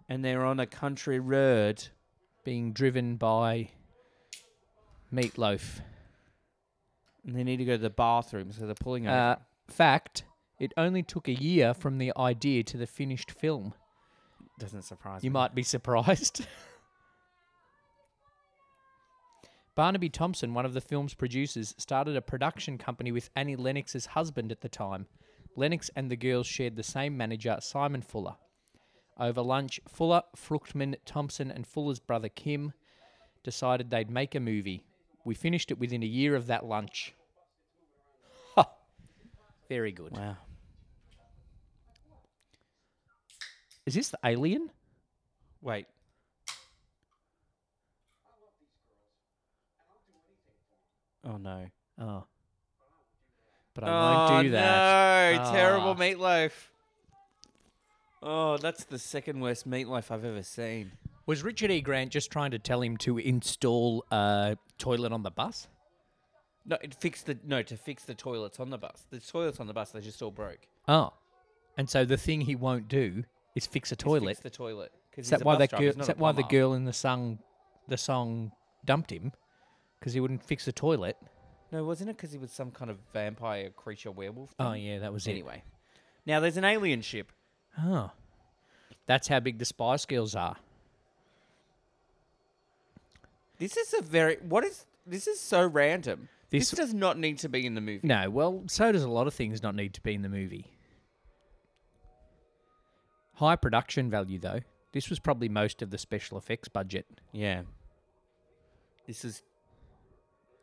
And they're on a country road.
being driven by Meatloaf.
And they need to go to the bathroom, so they're pulling over.
Uh, fact, it only took a year from the idea to the finished film.
Doesn't surprise
You
me.
might be surprised. Barnaby Thompson, one of the film's producers, started a production company with Annie Lennox's husband at the time. Lennox and the girls shared the same manager, Simon Fuller. Over lunch, Fuller, Fruchtman, Thompson, and Fuller's brother Kim decided they'd make a movie. We finished it within a year of that lunch. Ha! Very good.
Wow.
Is this the alien?
Wait. Oh no.
Oh. But I won't do that.
No,
Ah.
terrible meatloaf. Oh, that's the second worst meatloaf I've ever seen.
Was Richard E. Grant just trying to tell him to install a toilet on the bus?
No, it fixed the no to fix the toilets on the bus. The toilets on the bus they just all broke.
Oh. And so the thing he won't do is fix a toilet.
Fix the toilet. 'Cause
Is
he's
that
a
why
bus
that
driver,
girl?
he's not
Is
a
that why the
plumber.
girl in the song, the song, dumped him? Because he wouldn't fix the toilet.
No, wasn't it because he was some kind of vampire creature werewolf?
Oh
thing?
yeah, that was it.
Anyway, now there's an alien ship.
Oh, that's how big the Spice Girls are.
This is a very what is this is so random.
This-
This, does not need to be in the movie.
No, well, so does a lot of things not need to be in the movie. High production value though. This was probably most of the special effects budget.
Yeah. This is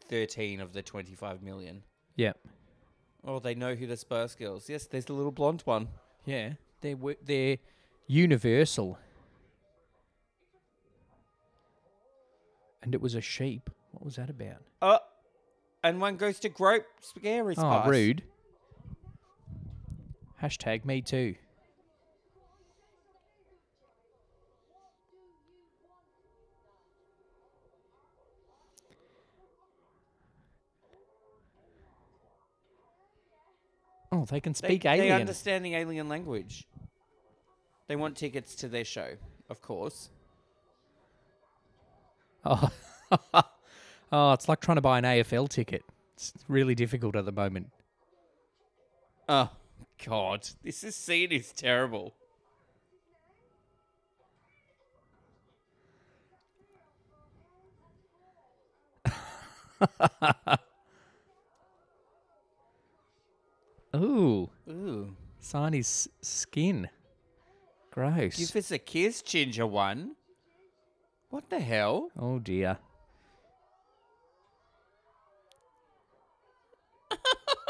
13 of the 25 million.
Yeah.
Oh, they know who the Spice Girls. Yes, there's the little blonde one.
Yeah. They're wo- they're universal. And it was a sheep. What was that about?
Oh, and one goes to grope Scary Spice.
Oh, rude. Hashtag me too. Oh, they can
They,
speak
they
alien.
understand the alien language. They want tickets to their show, of course.
oh. oh, it's like trying to buy an AFL ticket. It's really difficult at the moment.
Oh,
Ah.
God. This is scene is terrible.
Ooh,
Ooh.
Sani's s- skin. Gross.
Give us a kiss, Ginger One. What the hell?
Oh dear.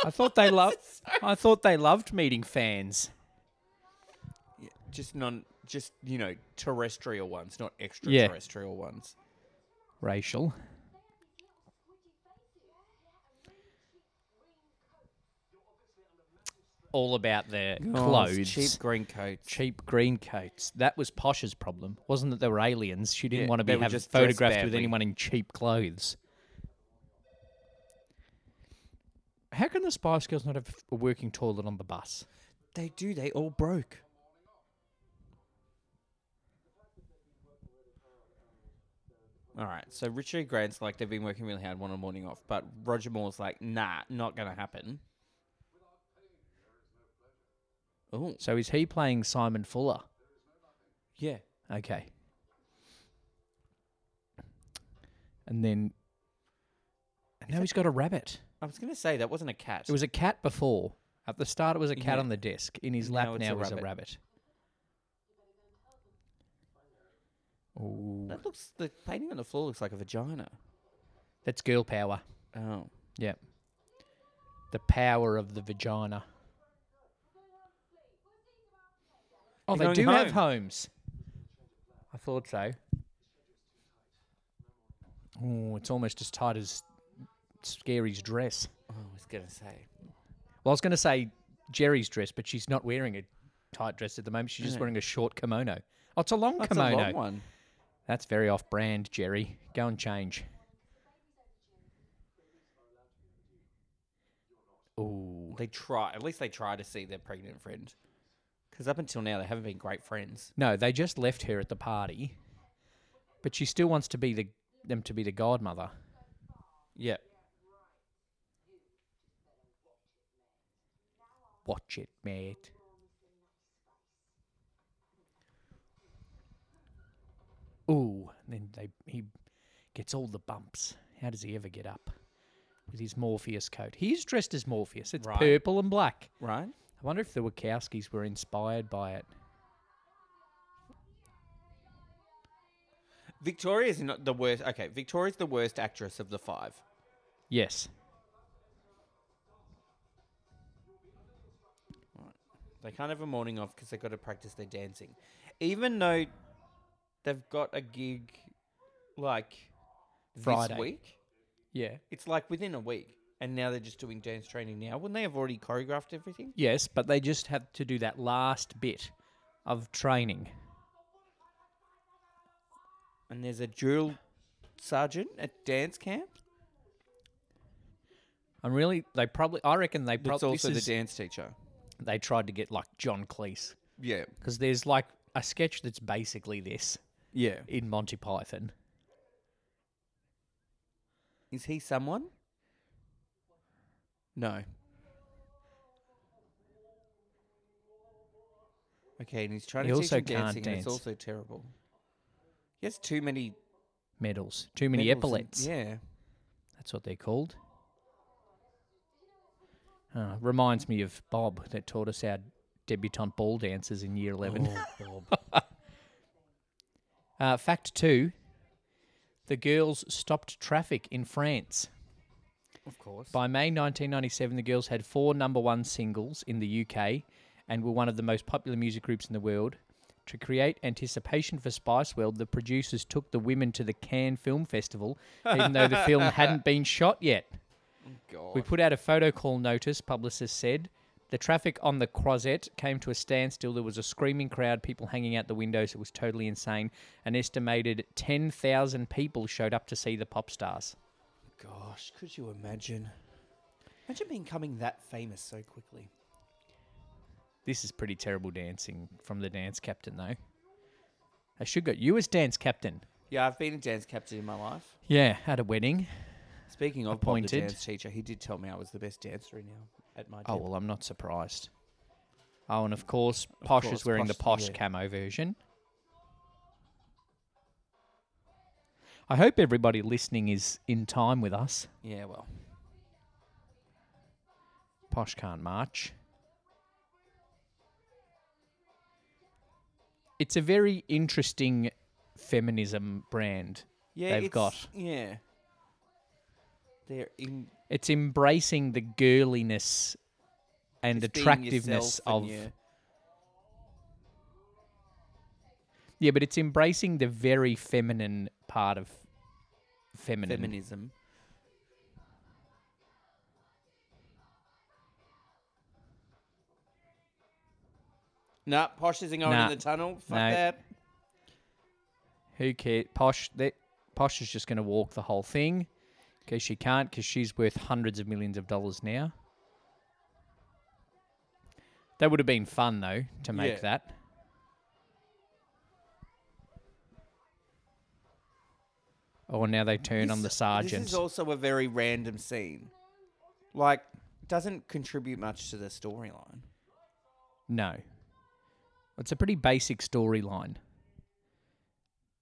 I thought they loved. I thought they loved meeting fans.
Just non, just you know, terrestrial ones, not extraterrestrial ones.
Racial. All about their clothes.
Oh, cheap green coats.
Cheap green coats. That was Posh's problem. Wasn't that they were aliens? She didn't
Yeah,
want to be
they were
having
just dressed
photographed with
badly.
anyone in cheap clothes. How can the Spice Girls not have a working toilet on the bus?
They do. They all broke. All right. So Richard Grant's like they've been working really hard, want a morning off, but Roger Moore's like, nah, not gonna happen. Oh
So is he playing Simon Fuller?
yeah.
Okay. And then and now he's got a rabbit.
I was gonna say that wasn't a cat.
It was a cat before. At the start, it was a cat
Yeah.
on the desk. In his
And
lap
now it's
now
a
is a
rabbit.
rabbit. Ooh,
that looks the painting on the floor looks like a vagina.
that's girl power.
Oh.
Yep. The power of the vagina. Oh,
They're
they
going
do have
home.
homes. I thought so. Oh, it's almost as tight as Scary's dress.
Oh, I was gonna say.
Well, I was going to say Jerry's dress, but she's not wearing a tight dress at the moment. She's just wearing a short kimono. Oh, it's a long
That's
kimono.
a long one.
That's very off brand, Jerry. Go and change. Ooh.
They try. At least they try to see their pregnant friend. Because up until now, they haven't been great friends.
No, they just left her at the party, but she still wants to be the them to be the godmother.
Yeah.
Watch it, mate. Ooh, and then they he gets all the bumps. How does he ever get up? With his Morpheus coat. He is dressed as Morpheus. It's
Right.
purple and black.
Right.
I wonder if the Wachowskis were inspired by it.
Victoria's not the worst. Okay, Victoria's the worst actress of the five.
Yes.
They can't have a morning off because they've got to practice their dancing, even though they've got a gig like
Friday.
this week.
Yeah.
It's like within a week, and now they're just doing dance training now. Wouldn't they have already choreographed everything?
Yes, but they just have to do that last bit of training.
And there's a drill sergeant at dance camp.
I'm really. They probably. I reckon they
That's
probably.
also the dance teacher.
They tried to get like John Cleese
Yeah,
because there's like a sketch that's basically this
yeah.
in Monty Python.
Is he someone? No. Okay, and he's trying
He
to
also
teach him
can't
dancing, and
dance.
it's also terrible. He has too many
Medals. Too many
medals and-
epaulets.
Yeah.
That's what they're called. Uh, reminds me of Bob that taught us our debutante ball dances in year 11.
Oh.
Uh, fact two the girls stopped traffic in France.
Of course.
By May 1997, the girls had four number one singles in the UK and were one of the most popular music groups in the world. To create anticipation for Spice World, the producers took the women to the Cannes Film Festival, even though the film hadn't been shot yet.
God.
We put out a photo call notice, publicist said. The traffic on the Croisette came to a standstill. There was a screaming crowd, people hanging out the windows. It was totally insane. An estimated 10,000 people showed up to see the pop stars.
Gosh, could you imagine? Imagine becoming that famous so quickly.
This is pretty terrible dancing from the dance captain, though. I should got you as dance captain.
Yeah, I've been a dance captain in my life.
Yeah, at a wedding.
Speaking of Bob the
Appointed.
dance teacher, he did tell me I was the best dancer in now at my
Oh,
gym.
well, I'm not surprised. Oh, and of course, Posh
course,
is wearing the
Posh,
Posh
yeah.
camo version. I hope everybody listening is in time with us.
Yeah, well.
Posh can't march. It's a very interesting feminism brand.
Yeah,
They've
it's-
got-
Yeah. They're in
It's embracing the girliness and
just being
attractiveness
yourself
of
and yeah.
Yeah, but it's embracing the very feminine part of feminine.
feminism. Nah, posh isn't going
Nah.
in the tunnel. Fuck
No.
that.
Who cares? Posh, that Posh is just going to walk the whole thing because she can't because she's worth hundreds of millions of dollars now. That would have been fun though to make
Yeah.
that. Oh, now they turn on the
This-
sergeant.
This is also a very random scene. Like, doesn't contribute much to the storyline.
No. It's a pretty basic storyline.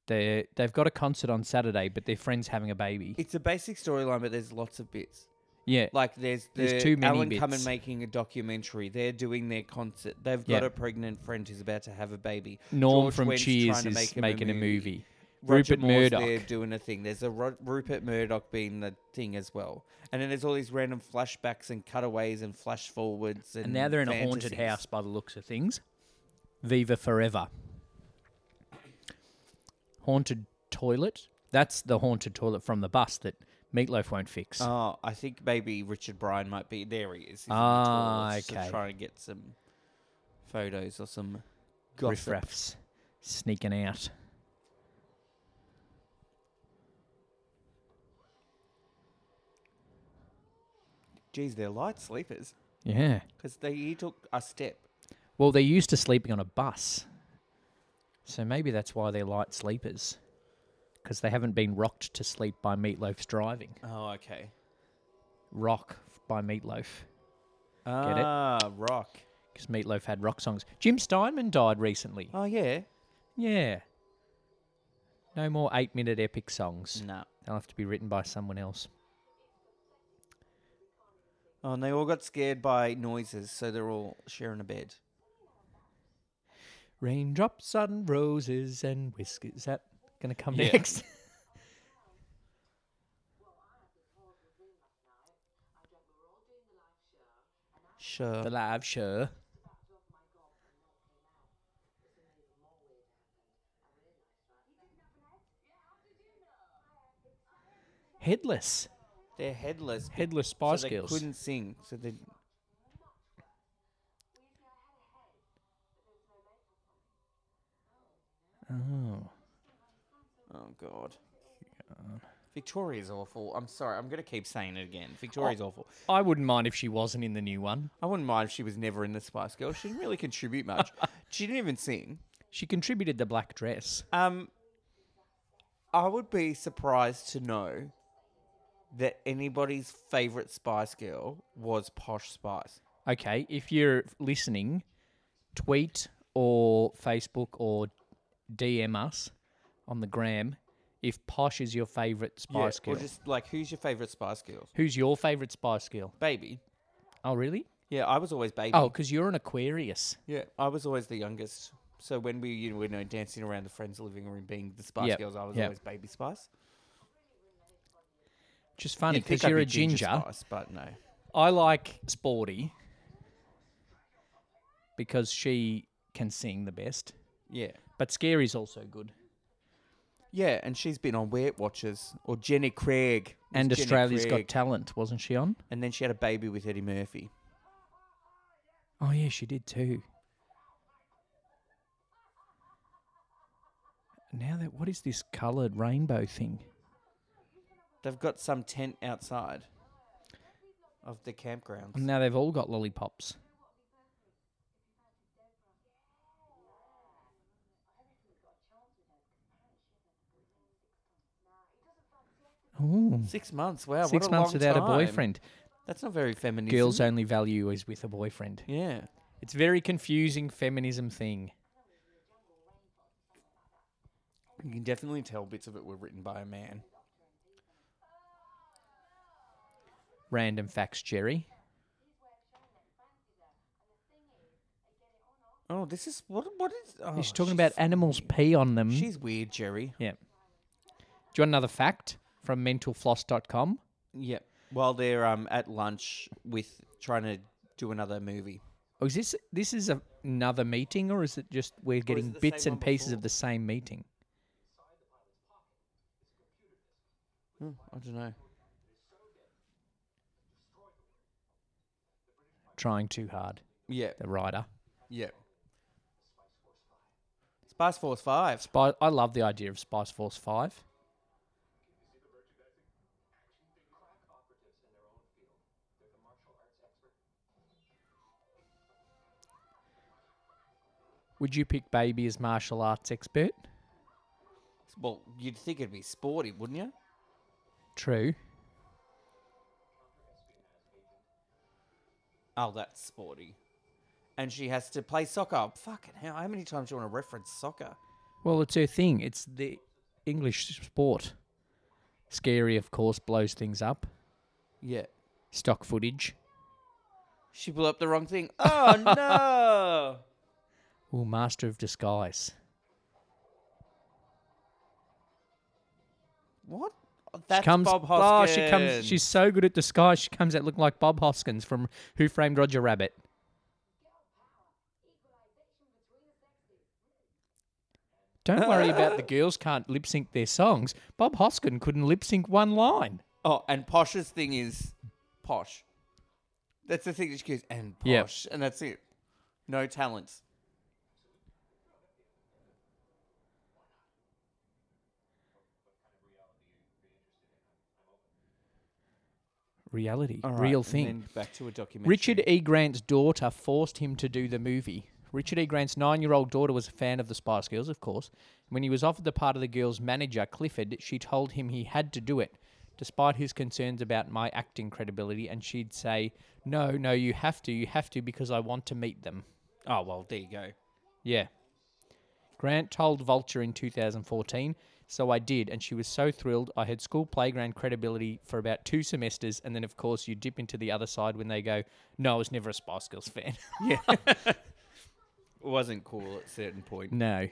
They they've got a concert on Saturday, but their friend's having a baby.
It's a basic storyline, but there's lots of bits.
Yeah,
Like, there's the
There's too many
Alan Cumming
bits.
making a documentary. They're doing their concert. They've got
Yeah.
a pregnant friend who's about to have a baby.
Norm
George
from
Wendt's
Cheers
trying to
is
make him
making a movie.
Roger
Rupert
Moore's
Murdoch.
there doing a thing. There's a Ro- Rupert Murdoch being the thing as well, and then there's all these random flashbacks and cutaways and flash forwards. And,
And now they're in a haunted
fantasies.
house by the looks of things. Viva Forever. Haunted toilet. That's the haunted toilet from the bus that Meatloaf won't fix.
Oh, I think maybe Richard Bryan might be there. He is. He's in the
Ah,
toilets, so
okay.
trying to get some photos or some gossip.
Riffraffs sneaking out.
Geez, they're light sleepers
Yeah.
because they he took a step.
Well, they're used to sleeping on a bus. So maybe that's why they're light sleepers. Because they haven't been rocked to sleep by Meatloaf's driving.
Oh, okay.
Rock by Meatloaf. it?
ah, rock.
Because Meatloaf had rock songs. Jim Steinman died recently.
Oh yeah.
Yeah. No more eight minute epic songs.
No.
They'll have to be written by someone else.
Oh, and they all got scared by noises, so they're all sharing a bed.
Raindrops on roses and whiskers. Is that going to come
Yeah.
next?
Sure.
the live show. Headless.
They're headless. be-
Headless Spy
so
Skills.
They couldn't sing, so they.
Oh.
Oh God. Victoria's awful. I'm sorry. I'm gonna keep saying it again. Victoria's awful.
I wouldn't mind if she wasn't in the new one.
I wouldn't mind if she was never in the Spice Girls. She didn't really contribute much. she didn't even sing.
She contributed the black dress.
Um, I would be surprised to know that anybody's favorite Spice Girl was Posh Spice.
Okay, if you're listening, tweet or Facebook or DM us on the gram if Posh is your favourite Spice
Or
Girl.
just like, who's your favorite Spice Girls?
Who's your favourite Spice Girl?
Baby.
Oh, really?
Yeah, I was always baby.
Oh, because you're an Aquarius.
Yeah, I was always the youngest. So when we you know, were, you know, dancing around the friends' living room, being the Spice
Yep,
Girls, I was
yep.
always Baby Spice.
Which is funny
You'd think
because
I'd
you're
be
a ginger.
Spice, but no.
I like Sporty because she can sing the best.
Yeah,
But Scary's also good.
yeah, and she's been on Weight Watchers or Jenny Craig It was
And
Jenny
Australia's Got
Craig.
Talent, wasn't she on?
and then she had a baby with Eddie Murphy.
Oh yeah, she did too. Now that what is this coloured rainbow thing?
They've got some tent outside of the campgrounds.
And now they've all got lollipops. Oh,
Six months. Wow,
six
what a
months
long
without
time.
a boyfriend.
That's not very feminist.
Girls only value is with a boyfriend.
Yeah.
It's very confusing feminism thing.
You can definitely tell bits of it were written by a man.
Random facts, Jerry.
Oh, this is what? What is? Oh,
He's talking about animals pee on them.
She's weird, Jerry.
Yeah. Do you want another fact from mentalfloss.com?
Yep. While they're um at lunch with trying to do another movie.
Oh, is this this is a, another meeting, or is it just we're getting
the
bits
same
and
one
pieces
before?
of the same meeting?
Hmm, I don't know.
Trying too hard,
Yeah.
the writer.
Yeah. Spice Force Five.
Spy, I love the idea of Spice Force Five. Would you pick Baby as martial arts expert?
Well, you'd think it'd be sporty, wouldn't you?
True.
Oh, that's sporty. And she has to play soccer. Oh, Fucking hell! How many times do you want to reference soccer?
Well, it's her thing. It's the English sport. Scary, of course, blows things up.
Yeah.
Stock footage.
She blew up the wrong thing. Oh no!
Ooh, Master of Disguise.
What? Oh, That's
she comes,
Bob
Oh,
Hoskins.
she comes. She's so good at disguise. She comes out looking like Bob Hoskins from Who Framed Roger Rabbit. Don't worry about the girls can't lip sync their songs. Bob Hoskins couldn't lip sync one line.
Oh, and Posh's thing is posh. That's the thing that she goes and
Yeah.
posh, and that's it. No talents.
Reality,
All right,
real
and
thing.
then back to a documentary.
Richard E. Grant's daughter forced him to do the movie. Richard E. Grant's nine year old daughter was a fan of the Spice Girls, of course. When he was offered the part of the girls' manager, Clifford, she told him he had to do it, despite his concerns about my acting credibility. And she'd say, No, no, you have to, you have to, because I want to meet them.
Oh well, there you go.
Yeah. Grant told Vulture in 2014, so I did, and she was so thrilled. I had school playground credibility for about two semesters, and then, of course, you dip into the other side when they go, No, I was never a Spice Girls fan.
It wasn't cool at a certain point.
no.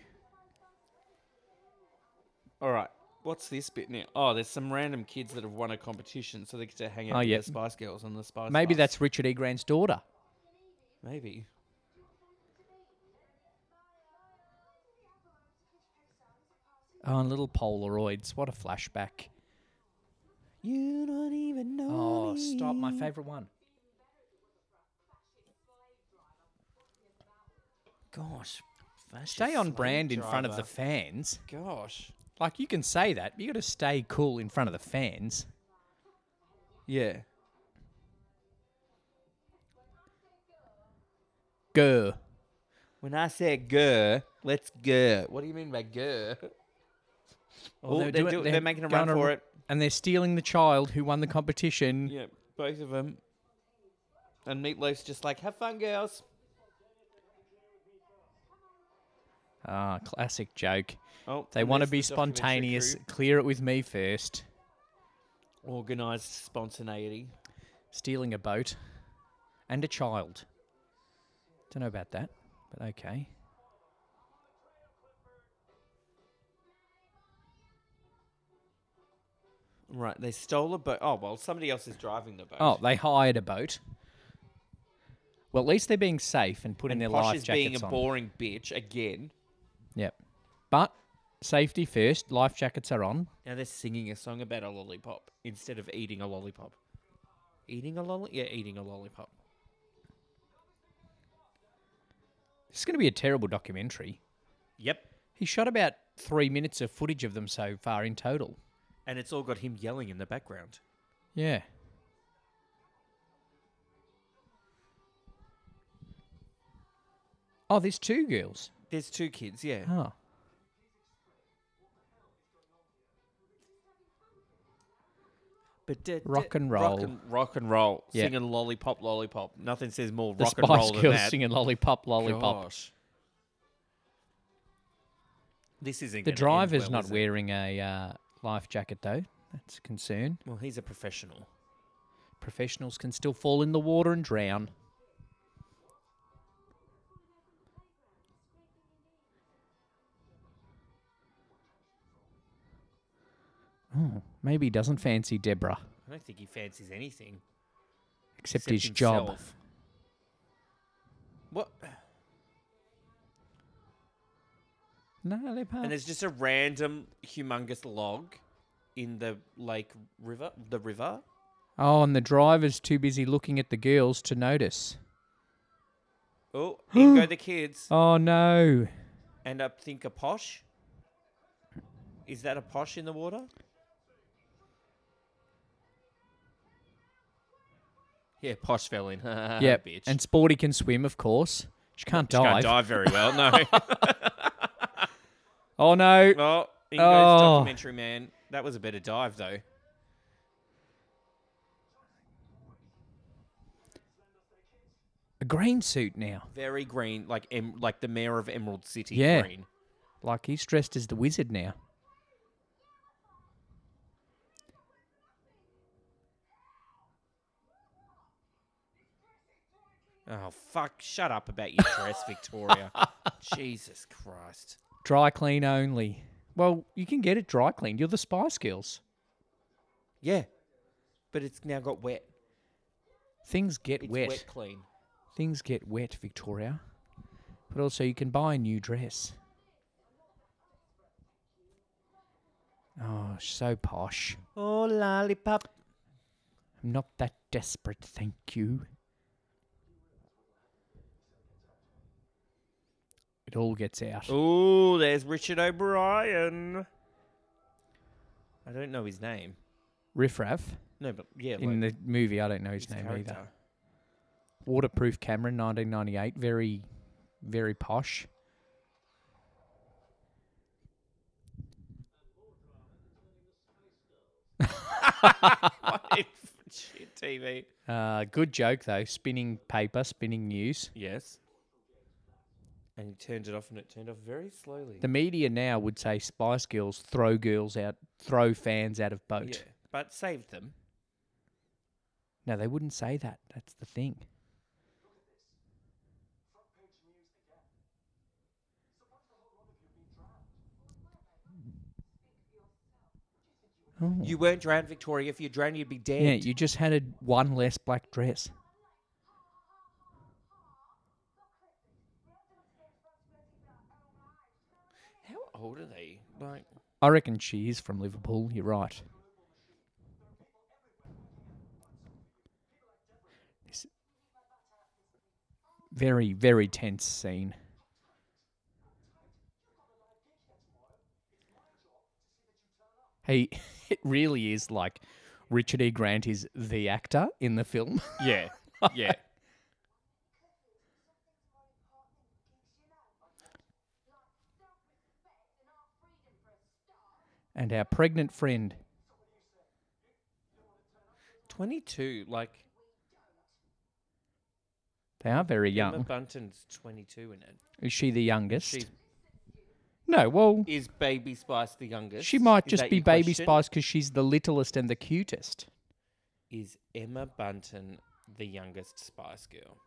All right. What's this bit now? Oh, there's some random kids that have won a competition, so they get to hang out
Oh,
with
yeah.
the Spice Girls and the Spice.
Maybe
Bus.
that's Richard E. Grant's daughter.
maybe.
Oh, and little Polaroids. What a flashback.
You don't even know
Oh, stop! My favorite one.
Gosh. Fascist
Stay on
slave
brand in front of the
driver.
fans.
Gosh.
Like you can say that, but you got to stay cool in front of the fans.
Yeah.
Grr.
When I say gur, let's gur. What do you mean by gur? Oh, they're,
doing-
do-
they're
they're making a run
going
for
ar-
it.
and they're stealing the child who won the competition.
Yeah, both of them. And Meatloaf's just like, have fun, girls.
Ah, classic joke.
Oh,
They
and
want to
there's
be
the documentary
spontaneous.
crew.
Clear it with me first.
Organised spontaneity.
Stealing a boat and a child. Don't know about that, but okay.
Right, they stole a boat. Oh, well, somebody else is driving the boat.
Oh, they hired a boat. Well, at least they're being safe and putting
and
their
Posh
life
is
jackets
being a
on.
boring bitch again.
Yep. But safety first. Life jackets are on.
Now they're singing a song about a lollipop instead of eating a lollipop. Eating a lollipop? Yeah, eating a lollipop.
This is going to be a terrible documentary.
Yep.
He shot about three minutes of footage of them so far in total.
And it's all got him yelling in the background.
Yeah. Oh, there's two girls.
There's two kids, yeah.
Oh.
But da- da-
Rock and roll.
Rock and, rock and roll.
Yeah.
Singing lollipop, lollipop. Nothing says more
The
rock and
Spice
roll than
Girls
that.
singing Lollipop, Lollipop.
Gosh. This isn't
The
gonna end
driver's
well,
not
is it?
wearing a uh, life jacket, though. That's a concern.
Well, he's a professional.
Professionals can still fall in the water and drown. Oh, maybe he doesn't fancy Deborah,
I don't think he fancies anything
except,
except
his job.
himself. What?
No, they're part.
And there's just a random humongous log in the lake river, the river.
Oh, and the driver's too busy looking at the girls to notice.
Oh, here go the kids.
Oh no.
And I think a posh. Is that a posh in the water? Yeah, posh fell in.
yep.
bitch.
And Sporty can swim, of course. She can't dive.
Can't dive very well. No.
Oh no.
well, in goes
Oh.
documentary man. That was a better dive though.
A green suit now.
Very green, like em- like the mayor of Emerald City.
Yeah.
Green.
Like he's dressed as the wizard now.
Oh fuck! Shut up about your dress, Victoria. Jesus Christ.
Dry clean only. Well, you can get it dry cleaned. You're the Spice Girls.
Yeah, but it's now got wet.
Things get
It's
wet.
wet. clean.
Things get wet, Victoria. But also, you can buy a new dress. Oh, so posh.
Oh lollipop.
I'm not that desperate, thank you. It all gets out.
Oh, there's Richard O'Brien. I don't know his name.
Riffraff
No, but yeah,
in
like
the movie, I don't know his,
his
name either.
character.
Waterproof camera, 1998. Very, very posh.
Shit, TV.
Uh, good joke though. Spinning paper, spinning news.
Yes. And he turned it off, and it turned off very slowly.
The media now would say Spice Girls throw girls out, throw fans out of boat.
yeah, but saved them.
No, they wouldn't say that. That's the thing. Oh.
You weren't drowned, Victoria. If you drowned, you'd be dead.
yeah, you just had a one less black dress.
How old are they? Like,
I reckon she is from Liverpool. You're right. very, very tense scene. Hey, it really is like Richard E. Grant is the actor in the film.
Yeah. Yeah.
and our pregnant friend.
22. Like,
They are very
Emma
young.
Bunton's 22 in it.
Is she the youngest?
She's,
no, well,
is Baby Spice the youngest?
she might
Is
just
that
be
your
Baby
question?
Spice because she's the littlest and the cutest.
Is Emma Bunton the youngest Spice Girl?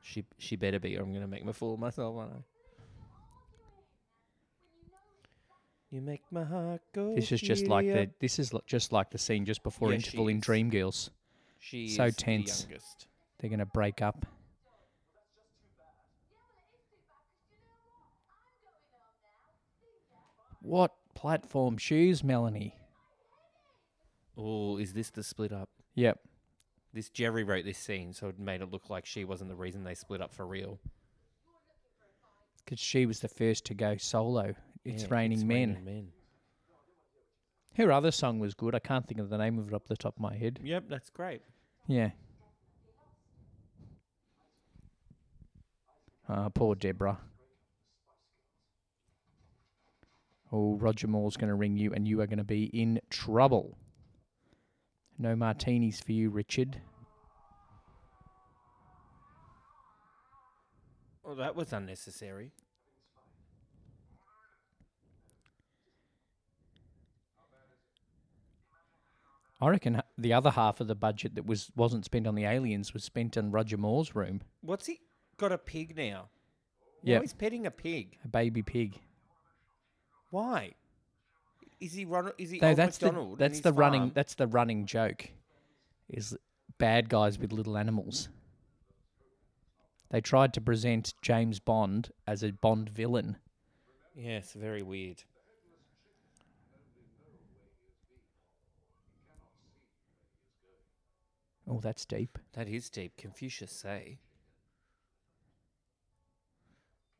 She she better be, or I'm gonna make a fool of myself, aren't I? You make my heart go.
This is just like
giddy
the
up.
this is li- just like the scene just before
Yeah, she
interval in
is.
Dreamgirls.
She
so
is
tense.
The youngest.
They're gonna break up. What platform shoes, Melanie?
Oh, is this the split up?
Yep.
This Jerry wrote this scene, so it made it look like she wasn't the reason they split up for real.
Because she was the first to go solo. It's
Yeah,
raining men.
Raining men.
Her other song was good. I can't think of the name of it up the top of my head.
Yep, that's great.
Yeah. Ah, poor Deborah. Oh, Roger Moore's going to ring you, and you are going to be in trouble. No martinis for you, Richard.
Well, that was unnecessary.
I reckon h- the other half of the budget that was wasn't spent on the aliens was spent on Roger Moore's room,
What's he got a pig now?
Yep.
Now he's petting a pig.
a baby pig.
Why? Is he Ronald? Is he
No,
Old
that's
MacDonald?
the
and
that's
his
the running
farm?
that's the running joke, is bad guys with little animals. They tried to present James Bond as a Bond villain.
Yes, very weird.
Oh, that's deep.
That is deep. Confucius say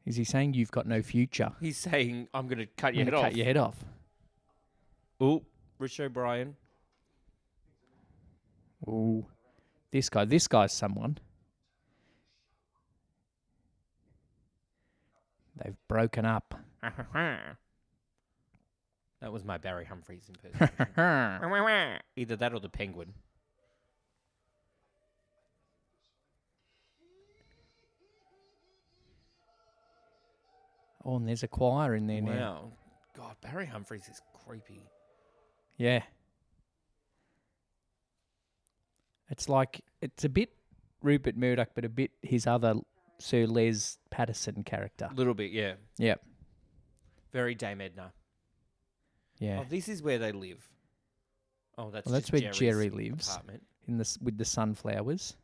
Is he saying you've got no future?
he's saying, "I'm going to cut
I'm
your head
gonna cut
off."
your head off.
Ooh, Rich O'Brien.
Ooh, this guy. This guy's someone. They've broken up.
that was my Barry Humphries impersonation. Either that or the penguin.
oh, and there's a choir in there now.
Wow. God, Barry Humphries is creepy.
Yeah. It's like it's a bit Rupert Murdoch, but a bit his other Sir Les Patterson character.
A little bit, yeah.
Yep.
Very Dame Edna.
Yeah.
Oh, this is where they live. Oh, that's
Well, that's
just
where Jerry
Jerry's
lives.
Apartment.
In this with the sunflowers.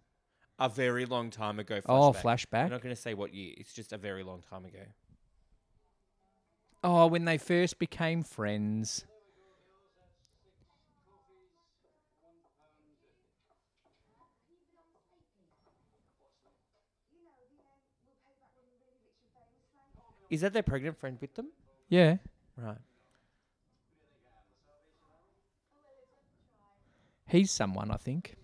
A very long time ago. Flashback.
Oh,
I'm
flashback.
not going to say what year. It's just a very long time ago.
Oh, when they first became friends.
Is that their pregnant friend with them?
Yeah.
Right.
He's someone, I think.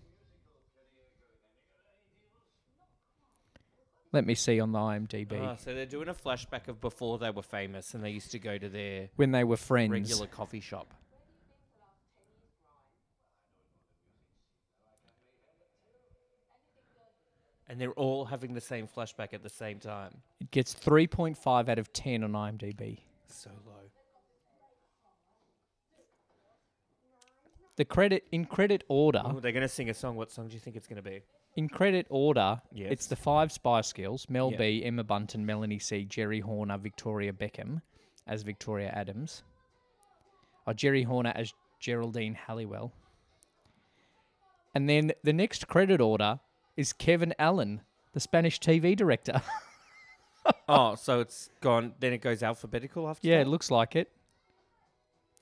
Let me see on the IMDb.
Ah, so they're doing a flashback of before they were famous and they used to go to their
when they were friends.
regular coffee shop. And they're all having the same flashback at the same time.
It gets 3.5 out of 10 on IMDb.
So low.
The credit in credit order.
Oh, they're going to sing a song. What song do you think it's going to be?
In credit order,
Yes.
it's the five Spice Girls: Mel
Yep.
B, Emma Bunton, Melanie C, Jerry Horner, Victoria Beckham as Victoria Adams, or Jerry Horner as Geraldine Halliwell. And then the next credit order is Kevin Allen, the Spanish TV director.
oh, so it's gone. Then it goes alphabetical after
yeah, it
that?
looks like it.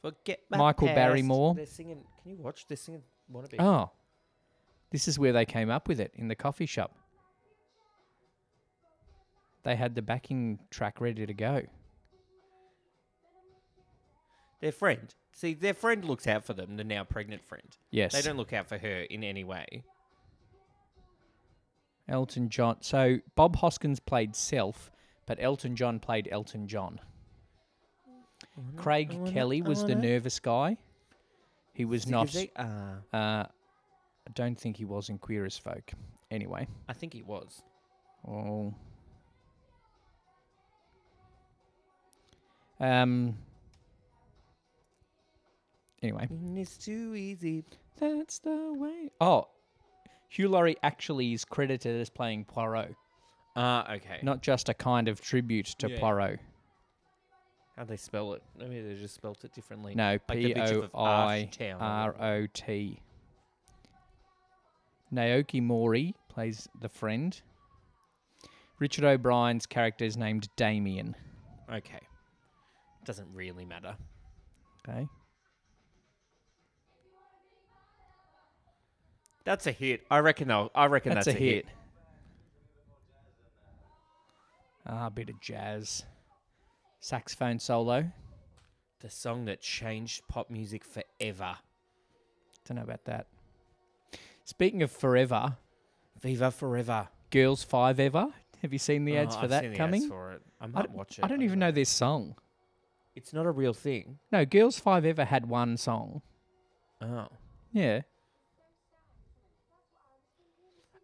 Forget my
Michael
past.
Barrymore.
They're singing. Can you watch? Oh. They're singing Wannabe.
Oh, this is where they came up with it in the coffee shop. They had the backing track ready to go.
Their friend. See, their friend looks out for them, the now pregnant friend.
Yes.
They don't look out for her in any way.
Elton John. So Bob Hoskins played Self, but Elton John played Elton John. Craig Kelly was the nervous guy. He was not.
Uh,
Uh, I don't think he was in Queer as Folk. Anyway.
I think he was.
Oh. Um. Anyway,
Mm, It's too easy.
that's the way. Oh, Hugh Laurie actually is credited as playing Poirot,
Ah, okay.
not just a kind of tribute to
Yeah.
Poirot.
How'd they spell it? I mean, they just spelt it differently.
No,
Like the
P
picture
O
of
I
Arch Town or
R O T. Naoki Mori plays the friend. Richard O'Brien's character is named Damien.
Okay. Doesn't really matter.
Okay.
That's a hit. I reckon though. I reckon that's, a, hit.
Ah, a bit of jazz. Saxophone solo.
The song that changed pop music forever.
Don't know about that. Speaking of forever,
Viva Forever.
Girls Five Ever. Have you seen the ads
Oh,
for
I've
that
seen the ads
coming?
for it. I
I
might
don't,
watch it.
I don't even know this song.
It's not a real thing.
No, Girls Five Ever had one song.
Oh.
Yeah.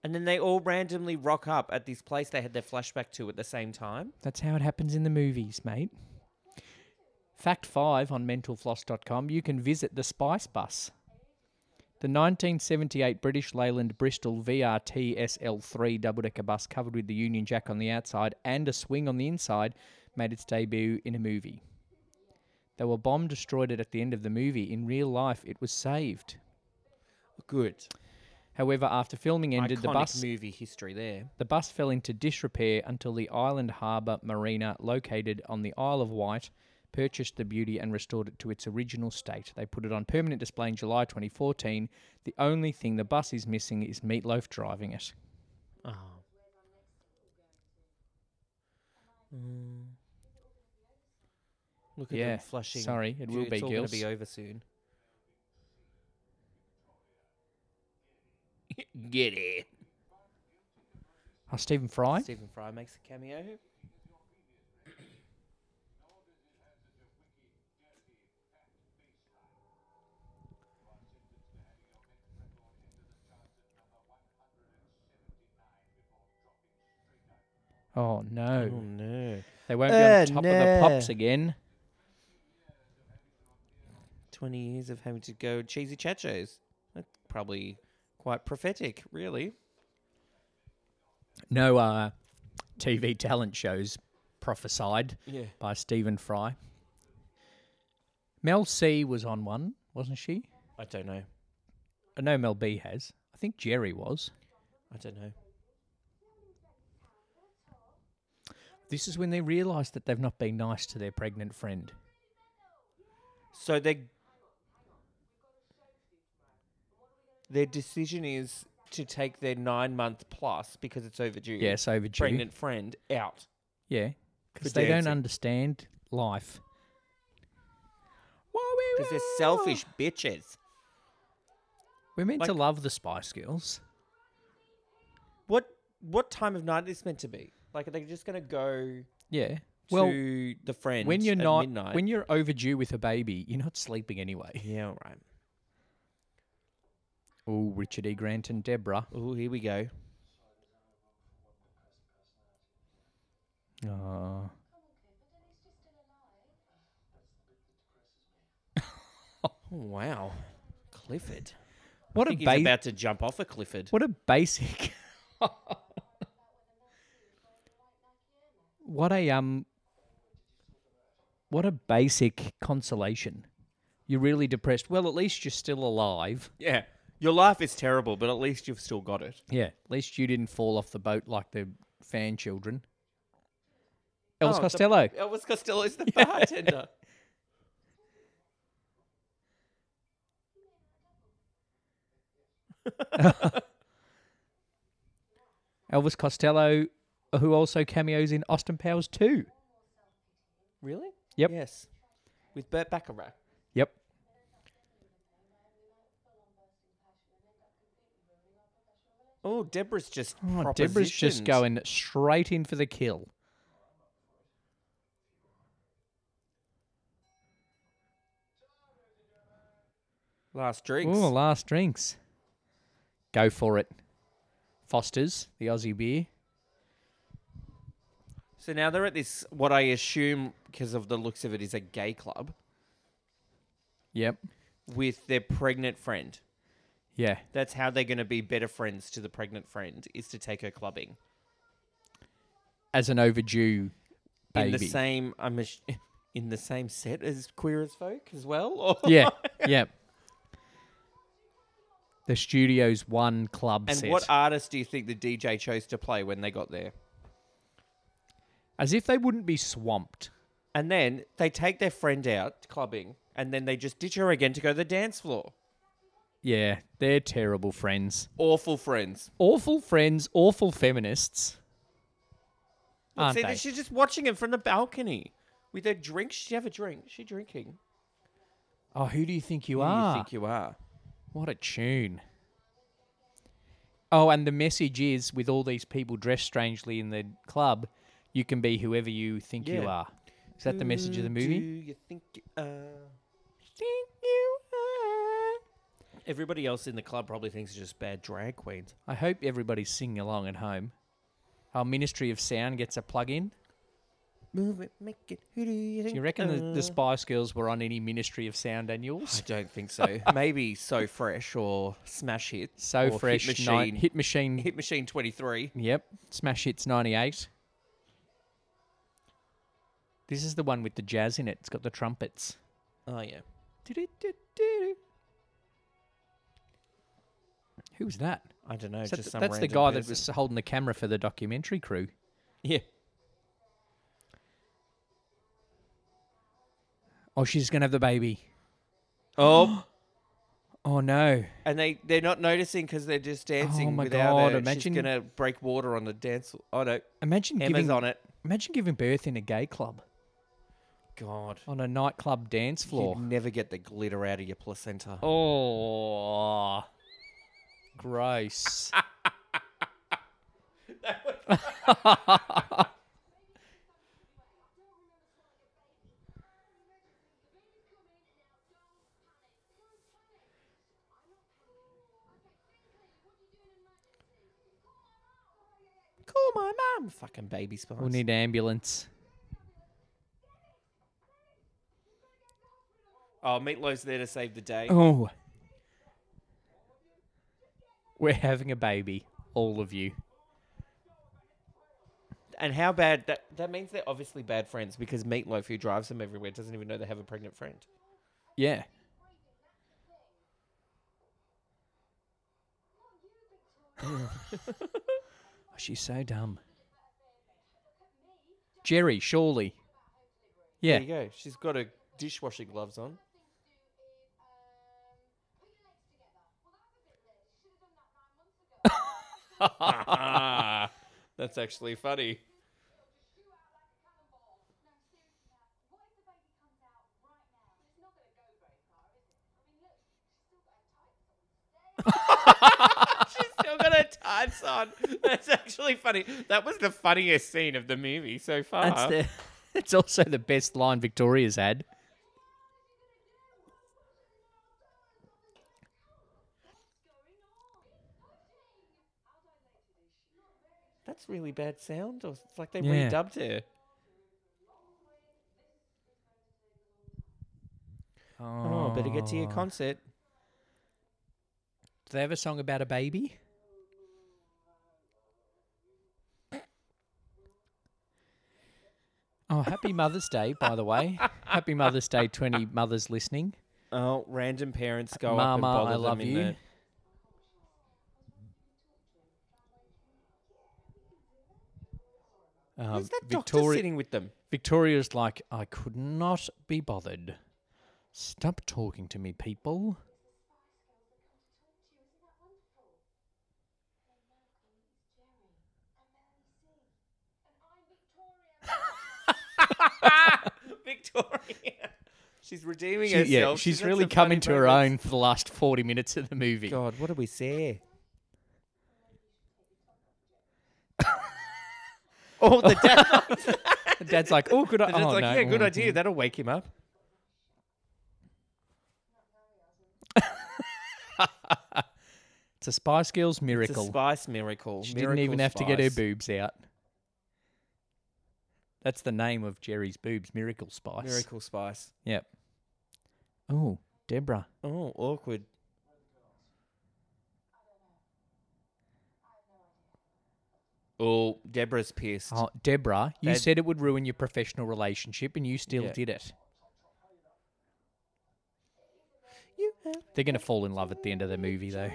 And then they all randomly rock up at this place they had their flashback to at the same time.
That's how it happens in the movies, mate. Fact 5 on mentalfloss.com you can visit the Spice Bus. The 1978 British Leyland Bristol VRT SL3 double decker bus, covered with the Union Jack on the outside and a swing on the inside, made its debut in a movie. They were bomb destroyed it at the end of the movie. In real life, it was saved.
Good.
However, after filming ended,
Iconic
the bus
movie history there.
The bus fell into disrepair until the Island Harbour Marina, located on the Isle of Wight, purchased the beauty and restored it to its original state. They put it on permanent display in July 2014. The only thing the bus is missing is Meatloaf driving it.
Oh. Look
Mm.
at
Yeah,
them flushing.
sorry, it will
it's
be,
all
girls.
Gonna be over soon. Get it.
Oh, Stephen Fry?
Stephen Fry makes a cameo.
Oh, no.
no!
They won't
Eh,
be on top
no.
of the pops again.
Twenty years of having to go cheesy chachos. That's probably quite prophetic, really.
No uh, TV talent shows prophesied
Yeah.
by Stephen Fry. Mel C was on one, wasn't she?
I don't know.
I know Mel B has. I think Jerry was.
I don't know.
This is when they realise that they've not been nice to their pregnant friend.
So they their decision is to take their nine month plus because it's overdue.
Yes, overdue.
pregnant friend out.
Yeah,
For
because they don't
dancing.
understand life.
Because they're selfish bitches.
We're meant to
Like-
love the Spice Girls.
What what time of night is this meant to be? Like, are they just gonna go
Yeah. Well,
to the friend
when you're
at
not
midnight?
when you're overdue with a baby, you're not sleeping anyway.
yeah, all right.
Oh, Richard E. Grant and Deborah.
Oh, here we go.
Oh.
Oh, wow, Clifford.
What
I
a
think he's
baby.
about to jump off a Clifford.
What a basic. what a um. What a basic consolation. You're really depressed. Well, at least you're still alive.
Yeah, your life is terrible, but at least you've still got it.
Yeah. At least you didn't fall off the boat like the fan children. Elvis
Oh, the-
Costello.
Elvis Costello is the bartender.
Elvis Costello who also cameos in Austin Powers 2.
Really?
Yep.
Yes. With Burt Bacharach.
Yep.
Oh, Deborah's just.
Oh, Deborah's just
propositioned.
going straight in for the kill.
Last drinks.
Ooh, last drinks. Go for it. Foster's, the Aussie beer.
So now they're at this, what I assume, because of the looks of it, is a gay club
Yep.
with their pregnant friend.
Yeah.
That's how they're going to be better friends to the pregnant friend is to take her clubbing
As an overdue baby.
in the same. I'm ass- in the same set as queer as folk as well. Or
yeah. yeah. The studio's one club
And
set.
what artist do you think the DJ chose to play when they got there?
As if they wouldn't be swamped.
And then they take their friend out clubbing, and then they just ditch her again to go to the dance floor.
Yeah, they're terrible friends.
Awful friends.
Awful friends, awful feminists. Aren't
See,
they?
that she's just watching him from the balcony with her drink. She have a drink. She drinking.
Oh, who do you think you
Who do
are?
you think you are?
What a tune. Oh, and the message is with all these people dressed strangely in the club, you can be whoever you think you
Yeah.
are. Is that the message of the
Who
movie?
do you think you are? Think you are? Everybody else in the club probably thinks it's just bad drag queens.
I hope everybody's singing along at home. Our Ministry of Sound gets a plug in.
Move it, make it. Who do you think?
Do you reckon the,
uh?
the Spice Girls were on any Ministry of Sound
I
annuals?
don't think so. Maybe So Fresh or Smash Hit.
So
or Hit
fresh, ni-
Machine.
hit machine.
Hit Machine 23.
Yep, Smash Hits '98. This is the one with the jazz in it. It's got the trumpets.
Oh, yeah.
Do-do-do-do-do. Who was that?
I don't know.
Is
Just
that th-
some
that's the
random
guy that
person.
was holding the camera for the documentary crew.
Yeah.
Oh, she's gonna have the baby.
Oh,
Oh no!
and they they're not noticing because they're just dancing.
Oh my
without
God,
Her.
imagine-
she's gonna break water on the dance. floor. Oh no,
Imagine
Emma's
giving
on it.
imagine giving birth in a gay club
God,
on a nightclub dance floor.
you never get the glitter out of your placenta.
Oh, gross.
Call my mum. Fucking baby spice.
We'll need an ambulance.
oh, Meatloaf's there to save the day.
Oh. We're having a baby, all of you.
And how bad that that means they're obviously bad friends because Meatloaf, who drives them everywhere, doesn't even know they have a pregnant friend.
Yeah. oh, she's so dumb. Jerry, surely. Yeah.
There you go. She's got her dishwasher gloves on. That's actually funny. She's still got her tights on. That's actually funny. That was the funniest scene of the movie so far.
That's the. It's also the best line Victoria's had.
That's really bad sound. Or it's like they
Yeah.
redubbed her. Oh, better get to your concert.
Do they have a song about a baby? Oh, happy Mother's Day, by the way. happy Mother's Day, 20 mothers listening.
Oh, random parents go up and
Mama,
bother
I
them
love
in
you.
the.
Um,
Who's that doctor
Victoria,
sitting with them?
Victoria's like, I could not be bothered. Stop talking to me, people.
Victoria. She's redeeming
She-
herself.
yeah, she's,
had
really
some
come
funny
into her
moments.
own for the last 40 minutes of the movie.
God, what did we say? oh, the dad.
Dad's like, oh, good
The dad's
idea.
like, yeah, good idea. That'll wake him up.
It's a Spice Girls
It's a
miracle.
spice miracle.
she
Miracle
didn't even have to get her
spice.
boobs out. That's the name of Jerry's boobs, Miracle Spice.
Miracle spice.
Yep. Oh, Deborah.
Oh, awkward. Oh, Deborah's pissed.
Oh, Deborah, you
They'd-
said it would ruin your professional relationship, and you still
Yeah.
did it.
You have
They're going to fall in love at the end of the movie, though.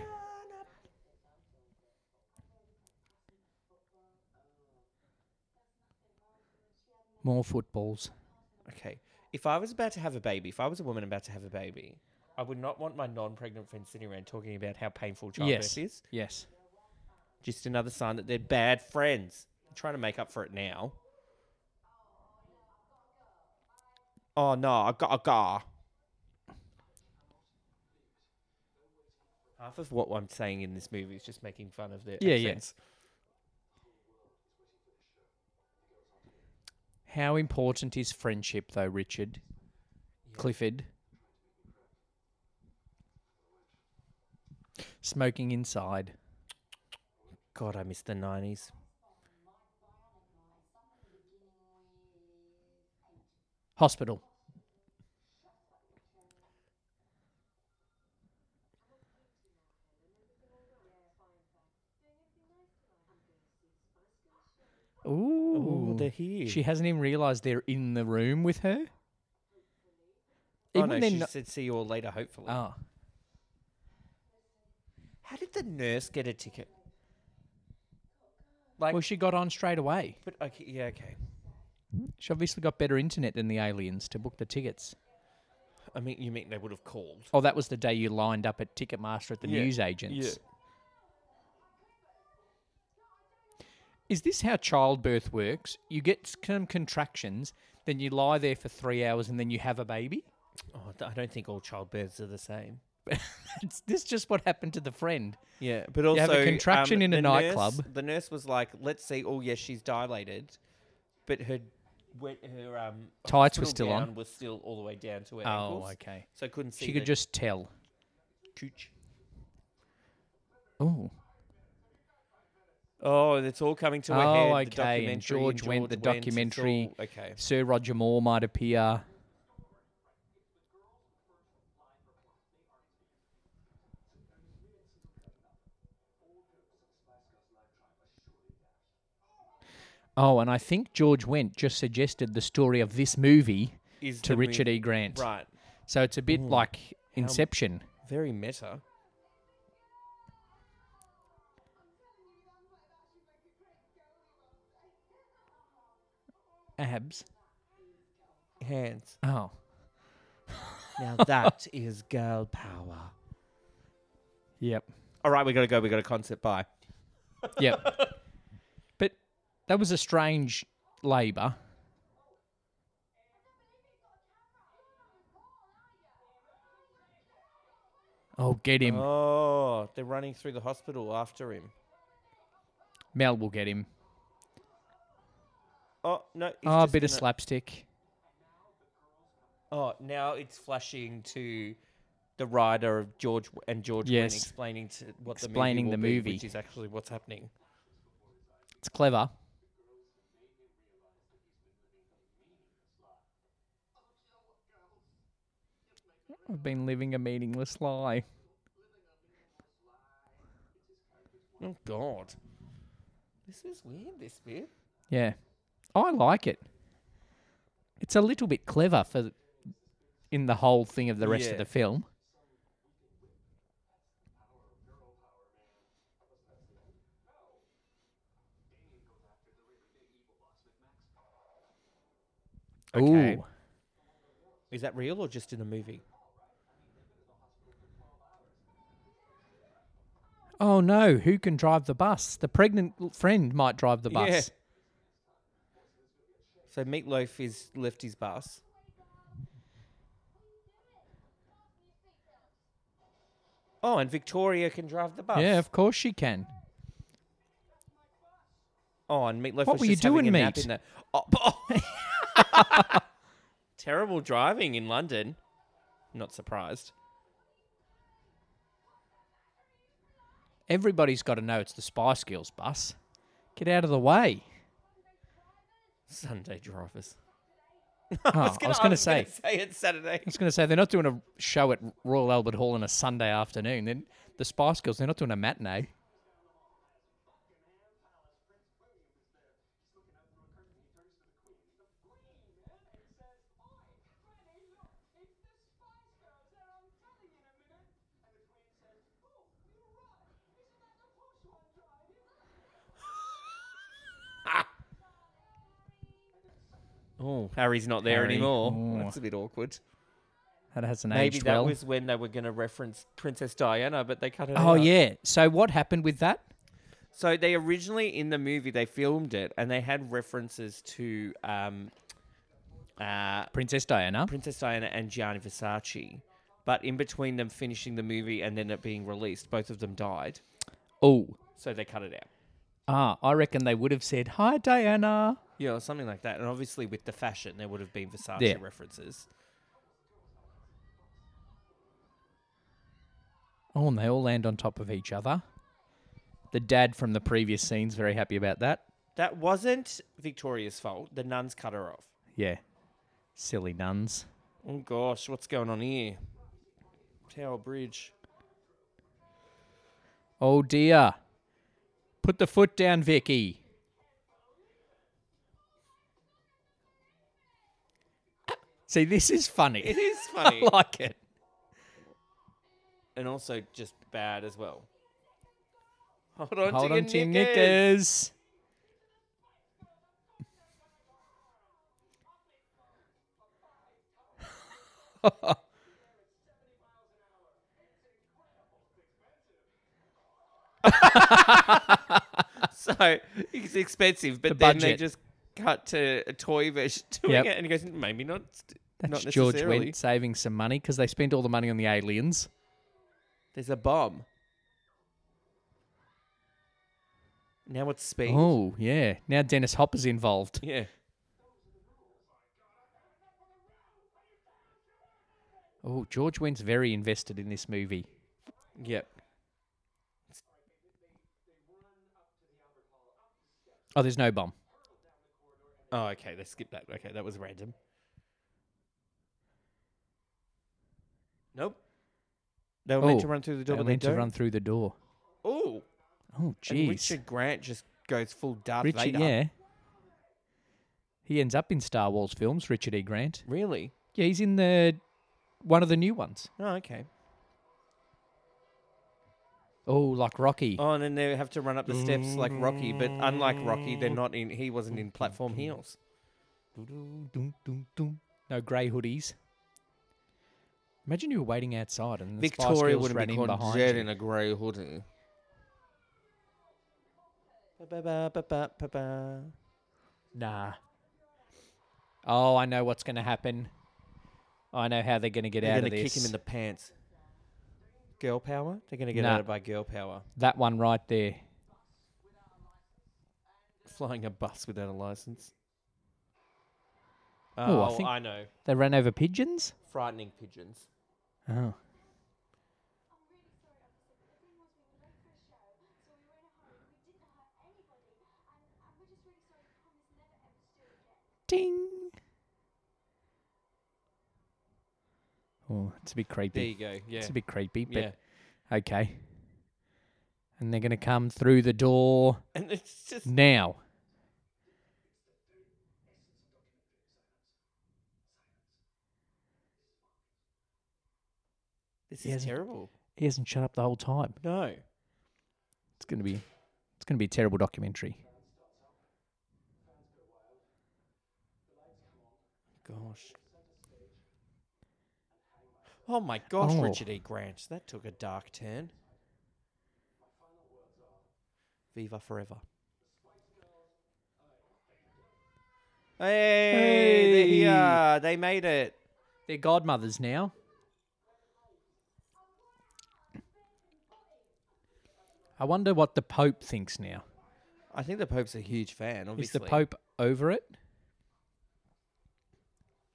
More footballs.
Okay. If I was about to have a baby, if I was a woman about to have a baby, I would not want my non pregnant friends sitting around talking about how painful childbirth
Yes.
is.
Yes.
Just another sign that they're bad friends. trying to make up for it now. Oh no, I got a gar. Half of what I'm saying in this movie is just making fun of their
Yeah, yeah.
accents.
How important is friendship, though, Richard? Clifford? Smoking inside.
God, I miss the nineties.
Hospital.
Oh,
Ooh.
Oh, they're here.
she hasn't even realised they're in the room with her.
oh
Even
no,
they're
she
not-
said see you all later, hopefully.
Ah,
How did the nurse get a ticket? Like,
well, she got on straight away.
but okay, yeah, okay.
She obviously got better internet than the aliens to book the tickets.
I mean, you mean they would have called?
Oh, that was the day you lined up at Ticketmaster at the
Yeah,
newsagents.
yeah.
Is this how childbirth works? You get some contractions, then you lie there for three hours, and then you have a baby?
Oh, th- I don't think all childbirths are the same.
It's this just what happened to the friend?
Yeah, but also um,
have a contraction in a
the nurse-
nightclub.
The nurse was like, "Let's see. Oh, yes, she's dilated, but her when her um
Tights were
hospital
still on.
gown was still all the way down to her ankles.
Oh, okay.
So I couldn't see.
She could
the
just tell.
cooch.
Oh,
Oh, and it's all coming to a
Oh,
head. the
okay, and
documentary
George went- the
it's
documentary-
all- okay.
Sir Roger Moore might appear. Oh, and I think George Wendt just suggested the story of this movie
Is
to
the
Richard
movie-
E. Grant.
Right.
So it's a bit like Inception.
Very meta.
Abs.
Hands.
Oh.
Now that is girl power.
Yep.
All right, we gotta go. We got a concert. Bye.
Yep. but that was a strange labour. Oh, get him.
Oh, they're running through the hospital after him.
Mel will get him.
Oh no! It's
Ah,
just
bit of
gonna-
slapstick.
Oh, now it's flashing to the writer of George and George Wayne
Yes.
explaining to what
Explaining
the
the
movie will be,
movie.
which is actually what's happening.
It's clever. I've been living a meaningless lie.
Oh God, this is weird. This bit.
Yeah. I like it. It's a little bit clever for th- in the whole thing of the rest
Yeah.
of the film.
Okay.
Ooh.
Is that real or just in the movie?
Oh no, who can drive the bus? The pregnant l- friend might drive the
Yeah.
bus.
So Meatloaf is left his bus. Oh, and Victoria can drive the bus.
Yeah, of course she can.
Oh, and Meatloaf
What
was
were you
just having
doing,
a nap
mate?
in that. Oh, b- oh. Terrible driving in London. Not surprised.
Everybody's got to know it's the Spice Girls bus. Get out of the way.
Sunday drivers.
Oh, I was going to say.
it's Saturday.
I was going to say they're not doing a show at Royal Albert Hall on a Sunday afternoon. Then the Spice Girls, they're not doing a matinee.
Oh, Harry's not there
Harry.
anymore.
Oh.
That's a bit awkward.
That has an
Maybe
age
that
well.
was when they were going to reference Princess Diana, but they cut it out.
oh yeah. So what happened with that?
So they originally in the movie they filmed it and they had references to um, uh,
Princess Diana.
Princess Diana and Gianni Versace, but in between them finishing the movie and then it being released, both of them died,
Oh.
so they cut it out.
Ah, I reckon they would have said hi Diana.
Yeah, or something like that. And obviously with the fashion, there would have been Versace
Yeah.
references.
Oh, and they all land on top of each other. The dad from the previous scene's very happy about that.
That wasn't Victoria's fault. The nuns cut her off.
Yeah. Silly nuns.
Oh gosh, what's going on here? Tower Bridge.
Oh dear. Put the foot down, Vicky. See, this is funny.
It is
I
funny
like it.
and also just bad as well. Hold on,
Hold
to,
on
your
to your
knickers.
knickers.
So it's expensive, but
The
then they
budget.
just cut to a toy version doing
Yep.
it, and he goes, maybe not.
That's
not
George
necessarily.
Wendt saving some money because they spent all the money on the aliens.
There's a bomb. Now it's speed.
Oh, yeah. Now Dennis Hopper's involved.
Yeah.
Oh, George Wendt's very invested in this movie.
Yep.
Oh, there's no bomb.
Oh, okay. They skipped that. Okay, that was random. Nope. They were meant
Oh,
to run through the door,
They
but they
went
don't.
to run through the door.
Oh,
Oh,
and
jeez.
Richard Grant just goes full Darth
Richard,
Vader.
yeah. He ends up in Star Wars films, Richard E. Grant.
Really?
Yeah, he's in the one of the new ones.
Oh, okay.
Oh, like Rocky.
Oh, and then they have to run up the steps like Rocky, but unlike Rocky, they're not in. He wasn't in platform heels.
No grey hoodies. Imagine you were waiting outside and the Spice
Victoria
Girls
would have
ran
been
in
caught
behind
dead
you.
in a grey hoodie. Ba-ba-ba-ba-ba-ba.
Nah. Oh, I know what's going to happen. I know how they're going to get
They're
out
gonna
of this.
kick him in the pants. Girl power? They're gonna get
Nah.
out of by girl power.
That one right there.
Flying a bus without a license.
Oh,
Oh,
I
I,
think-
know.
They ran over pigeons?
Frightening pigeons.
Oh. Ding. Oh, it's a bit creepy.
There you go. Yeah.
It's a bit creepy, but
Yeah.
okay. And they're going to come through the door
And it's just
now.
this
He
is
hasn't-
terrible.
He hasn't shut up the whole time.
No.
It's going to be it's going to be a terrible documentary.
Gosh. Oh my gosh,
Oh.
Richard E. Grant. That took a dark turn. Viva forever. Hey, they're here. They made it.
They're godmothers now. I wonder what the Pope thinks now.
I think the Pope's a huge fan. Obviously,
Is the Pope over it?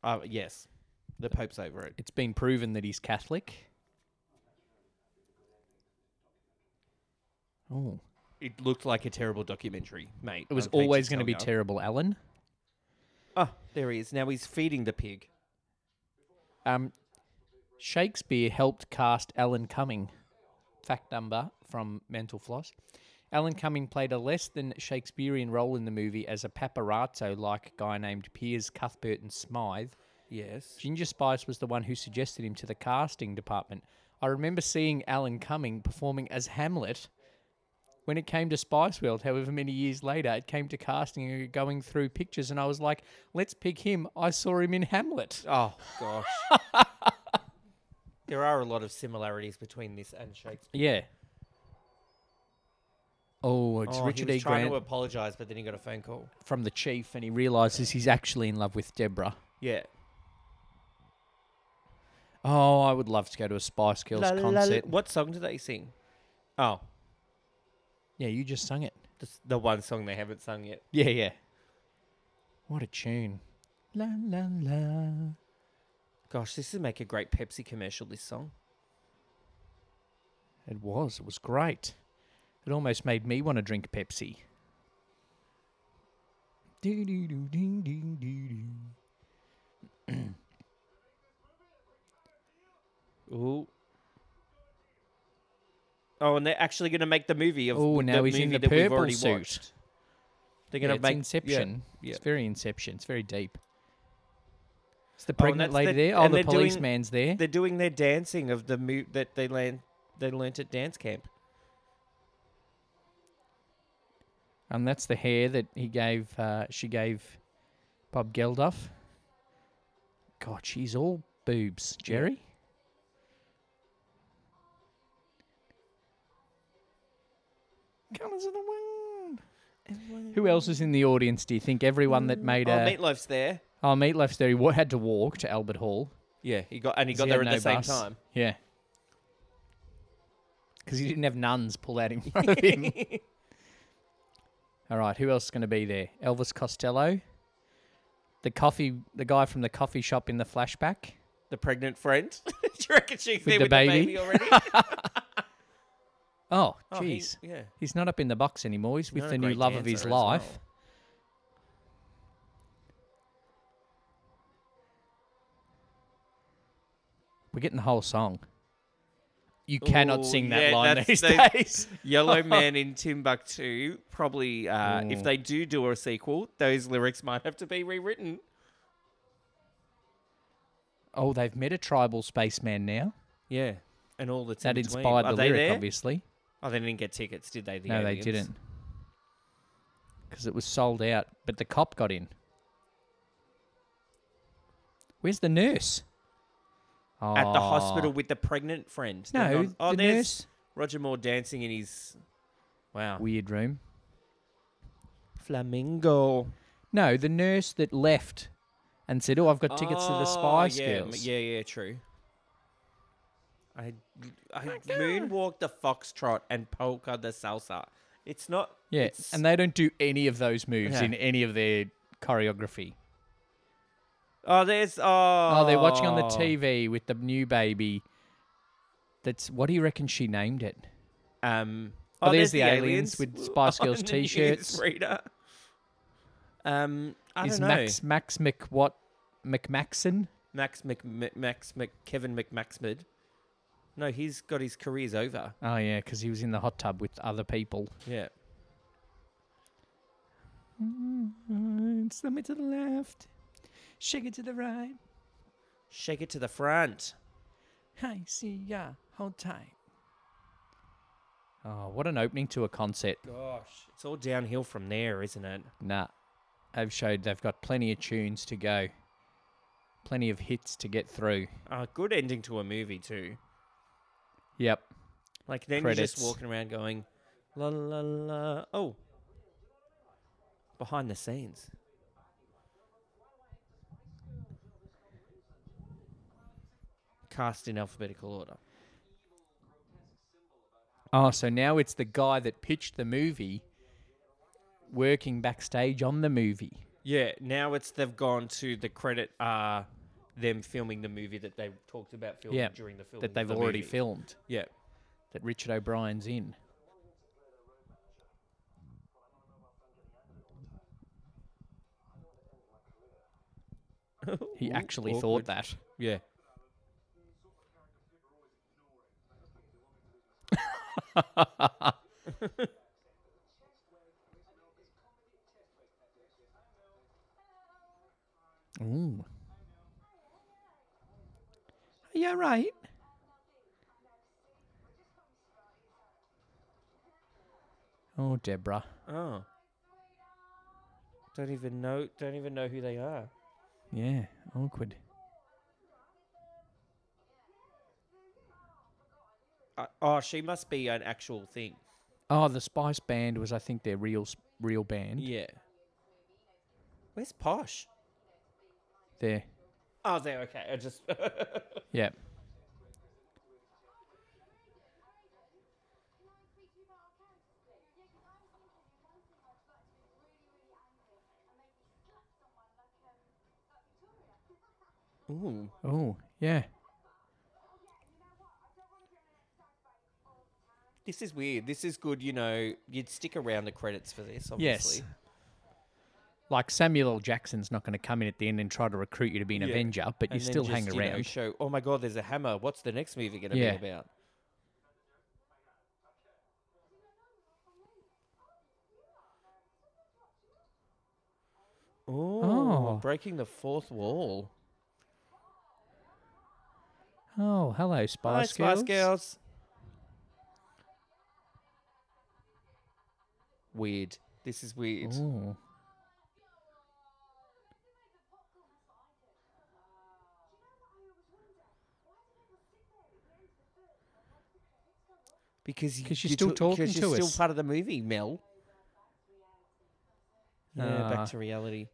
Uh, yes, the Pope's over it.
It's been proven that he's Catholic. Oh,
It looked like a terrible documentary, mate.
it was
I'm paid
always going to
tell
be
ya.
terrible, Alan.
Oh, there he is. Now he's feeding the pig.
Um, Shakespeare helped cast Alan Cumming. Fact number from Mental Floss. Alan Cumming played a less than Shakespearean role in the movie as a paparazzo like guy named Piers Cuthbert and Smythe.
Yes.
Ginger Spice was the one who suggested him to the casting department. I remember seeing Alan Cumming performing as Hamlet. When it came to Spice World, however many years later, it came to casting and going through pictures, and I was like, let's pick him. I saw him in Hamlet.
Oh gosh. there are a lot of similarities between this and Shakespeare.
Yeah. Oh, it's
Oh,
Richard
he
E.
was trying
Grant
to apologize, but then he got a phone call.
from the chief, and he realizes he's actually in love with Deborah.
Yeah.
Oh, I would love to go to a Spice Girls concert.
What song do they sing? Oh,
Yeah, you just sung it.
the, s- the one song they haven't sung yet.
Yeah, yeah. What a tune. La la la.
Gosh, this would make a great Pepsi commercial. This song.
It was. It was great. It almost made me want to drink Pepsi. Doo doo doo ding ding doo doo.
Ooh. Oh, and they're actually going to make the movie of
Oh,
the
now he's in
movie
the
that we've
purple
already
suit.
watched. They're
Yeah,
going to
it's
make
Inception.
yeah.
It's very Inception. It's very deep. It's the
Oh, and
pregnant
that's
lady
the-
there. Oh,
and
the
they're doing-
policeman's there.
They're doing their dancing of the mo- that they learned they learnt at dance camp.
and Um, that's the hair that he gave. Uh, she gave Bob Geldof. God, she's all boobs, Jerry. Colours of the wind. Who else is in the audience? Do you think everyone that made
Oh,
a
Meatloaf's there.
oh Meatloaf's there? He wa- had to walk to Albert Hall.
Yeah, he got and he
'Cause
got
he
there
had
at the
no
same
bus.
time.
Yeah. Because he didn't have nuns pull out in front of him. All right, who else is going to be there? Elvis Costello, the coffee, the guy from the coffee shop in the flashback.
The pregnant friend. Do you reckon she's there
the
with
baby?
the baby already?
Oh,
Oh, he-
jeez,
yeah.
he's not up in the box anymore. He's with
Not a
the new
great
love of his
dancer as well.
life. We're getting the whole song. You cannot
Ooh,
sing that
yeah,
line
that's
these
the-
days.
Yellow Man in Timbuktu. Probably, uh, if they do do a sequel, those lyrics might have to be rewritten.
Oh, they've met a tribal spaceman now.
Yeah, and all the
That inspired the
they
lyric,
there?
obviously.
Oh, they didn't get tickets, did they? The
no,
aliens?
they didn't. Because it was sold out, but the cop got in. Where's the nurse?
At the hospital with the pregnant friend. They're
Ah. No,
not- oh,
the
there's
nurse.
Roger Moore dancing in his. Wow.
Weird room.
Flamingo.
No, the nurse that left and said, "Oh, I've got tickets to the Spice
yeah, m-
Girls."
Yeah, yeah, true. I, I moonwalk the foxtrot and polka the salsa. It's not.
Yeah,
it's-
and they don't do any of those moves
Yeah.
in any of their choreography.
oh, there's. Oh,
Oh, they're watching on the TV with the new baby. That's what do you reckon she named it?
Um,
Oh, there's the aliens with Spice
on
Girls
the
t-shirts.
newsreader. Um, I
Is
don't know.
Max Max Mc what McMaxon?
Max Mc, Mc- Max Mc, Kevin McMaxmid. No, he's got his career's over.
Oh yeah, because he was in the hot tub with other people.
Yeah.
Slam it to the left, shake it to the right.
Shake it to the front.
I see ya. Hold tight. Oh, what an opening to a concert.
Gosh, it's all downhill from there, isn't it?
Nah, they've showed they've got plenty of tunes to go, plenty of hits to get through.
A good ending to a movie too.
Yep.
Like then you're
Credits.
just walking around going, la la la. Oh, behind the scenes. Cast in alphabetical order.
Oh, so now it's the guy that pitched the movie working backstage on the movie.
Yeah, now it's they've gone to the credit uh them filming the movie that they talked about filming
Yeah,
during the film
that they've already
filmed.
filmed
Yeah.
that Richard O'Brien's in. He actually thought that.
Yeah.
Ooh. Yeah, right. Oh, Deborah.
Oh. Don't even know don't even know who they are.
Yeah, awkward.
Uh, oh, she must be an actual thing.
Oh, the Spice Band was, I think, their real s- real band.
Yeah. Where's Posh?
There.
Oh, they're okay. I just
Yeah.
Ooh.
Oh, yeah.
This is weird. This is good, you know, you'd stick around the credits for this,
Yes.
obviously.
Like Samuel L. Jackson's not going to come in at the end and try to recruit you to be an
Yeah.
Avenger, but you
And then
still
just,
hang
you know,
around.
show, oh my god, there's a hammer. What's the next movie going to
Yeah.
be about?
Oh.
oh, breaking the fourth wall.
oh, hello,
Hi,
Spice Girls.
Spice Girls. Weird. This is weird.
Ooh.
Because you,
'Cause you're still
talk-
talking
'cause you're
to
still
us.
part of the movie, Mel. Yeah,
Ah.
back to reality.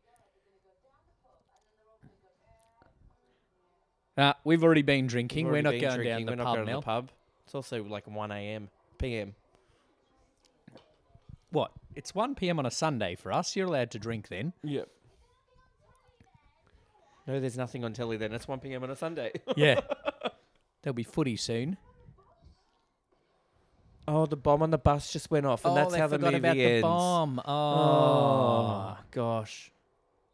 Ah, we've already been drinking. We're
Already
not
been
going
drinking,
down
We're
the
not
pub
going to
now.
the pub. It's also like 1 a.m. p.m.
What? It's 1 p.m. on a Sunday for us. You're allowed to drink then.
Yep. No, there's nothing on telly then. It's 1 p.m. on a Sunday.
Yeah. There'll be footy soon.
oh, the bomb on the bus just went off, and that's
Oh, they
how the
forgot
movie
about the
ends.
bomb.
Oh,
Oh.
gosh.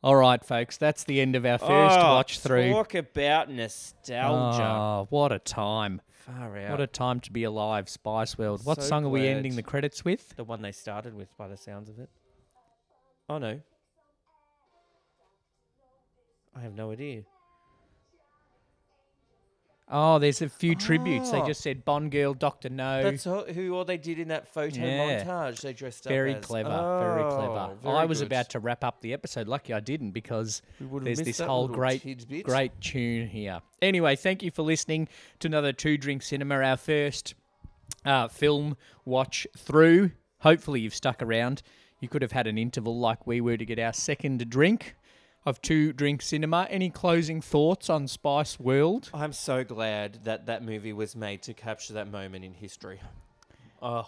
All right, folks. That's the end of our first
Oh,
watch through.
Talk about nostalgia.
Oh, what a time.
Far out.
What a time to be alive, Spice World. What
So
song are we
glad.
ending the credits with?
the one they started with, by the sounds of it. Oh no. I have no idea.
Oh, there's a few tributes. They
Oh.
just said Bond Girl, Doctor No.
That's all, who all they did in that photo
Yeah.
montage. They dressed
very
up. as.
clever,
Oh,
very clever.
very
I was
good.
about to wrap up the episode. Lucky I didn't because
We would've
there's
missed
this
that
whole
little
great,
tidbit.
great tune here. Anyway, thank you for listening to another Two Drink Cinema, our first uh, film watch through. Hopefully, you've stuck around. You could have had an interval like we were to get our second drink of Two Drink Cinema. Any closing thoughts on Spice World?
I'm so glad that that movie was made to capture that moment in history. Oh,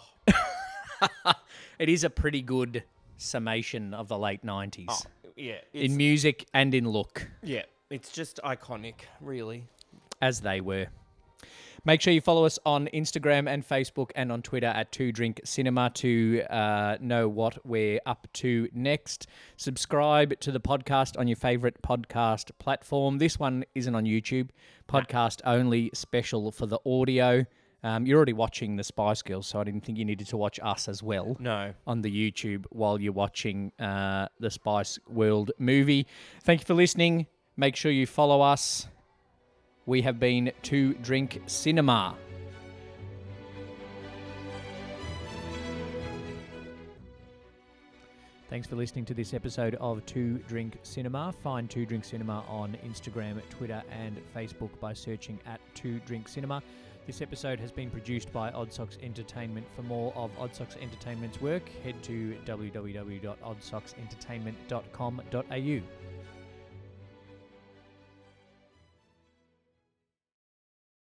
It is a pretty good summation of the late 90s
yeah. It's,
in music and in look.
yeah, it's just iconic, really.
as they were. Make sure you follow us on Instagram and Facebook and on Twitter at Two Drink Cinema to uh, know what we're up to next. Subscribe to the podcast on your favorite podcast platform. This one isn't on YouTube, podcast only, special for the audio. Um, you're already watching the Spice Girls, so I didn't think you needed to watch us as well
No.
on the YouTube while you're watching uh, the Spice World movie. Thank you for listening. Make sure you follow us. We have been to Drink Cinema. Thanks for listening to this episode of Two Drink Cinema. Find Two Drink Cinema on Instagram, Twitter, and Facebook by searching at Two Drink Cinema. This episode has been produced by Odd Socks Entertainment. For more of Odd Socks Entertainment's work, head to www.oddsocksentertainment.com.au.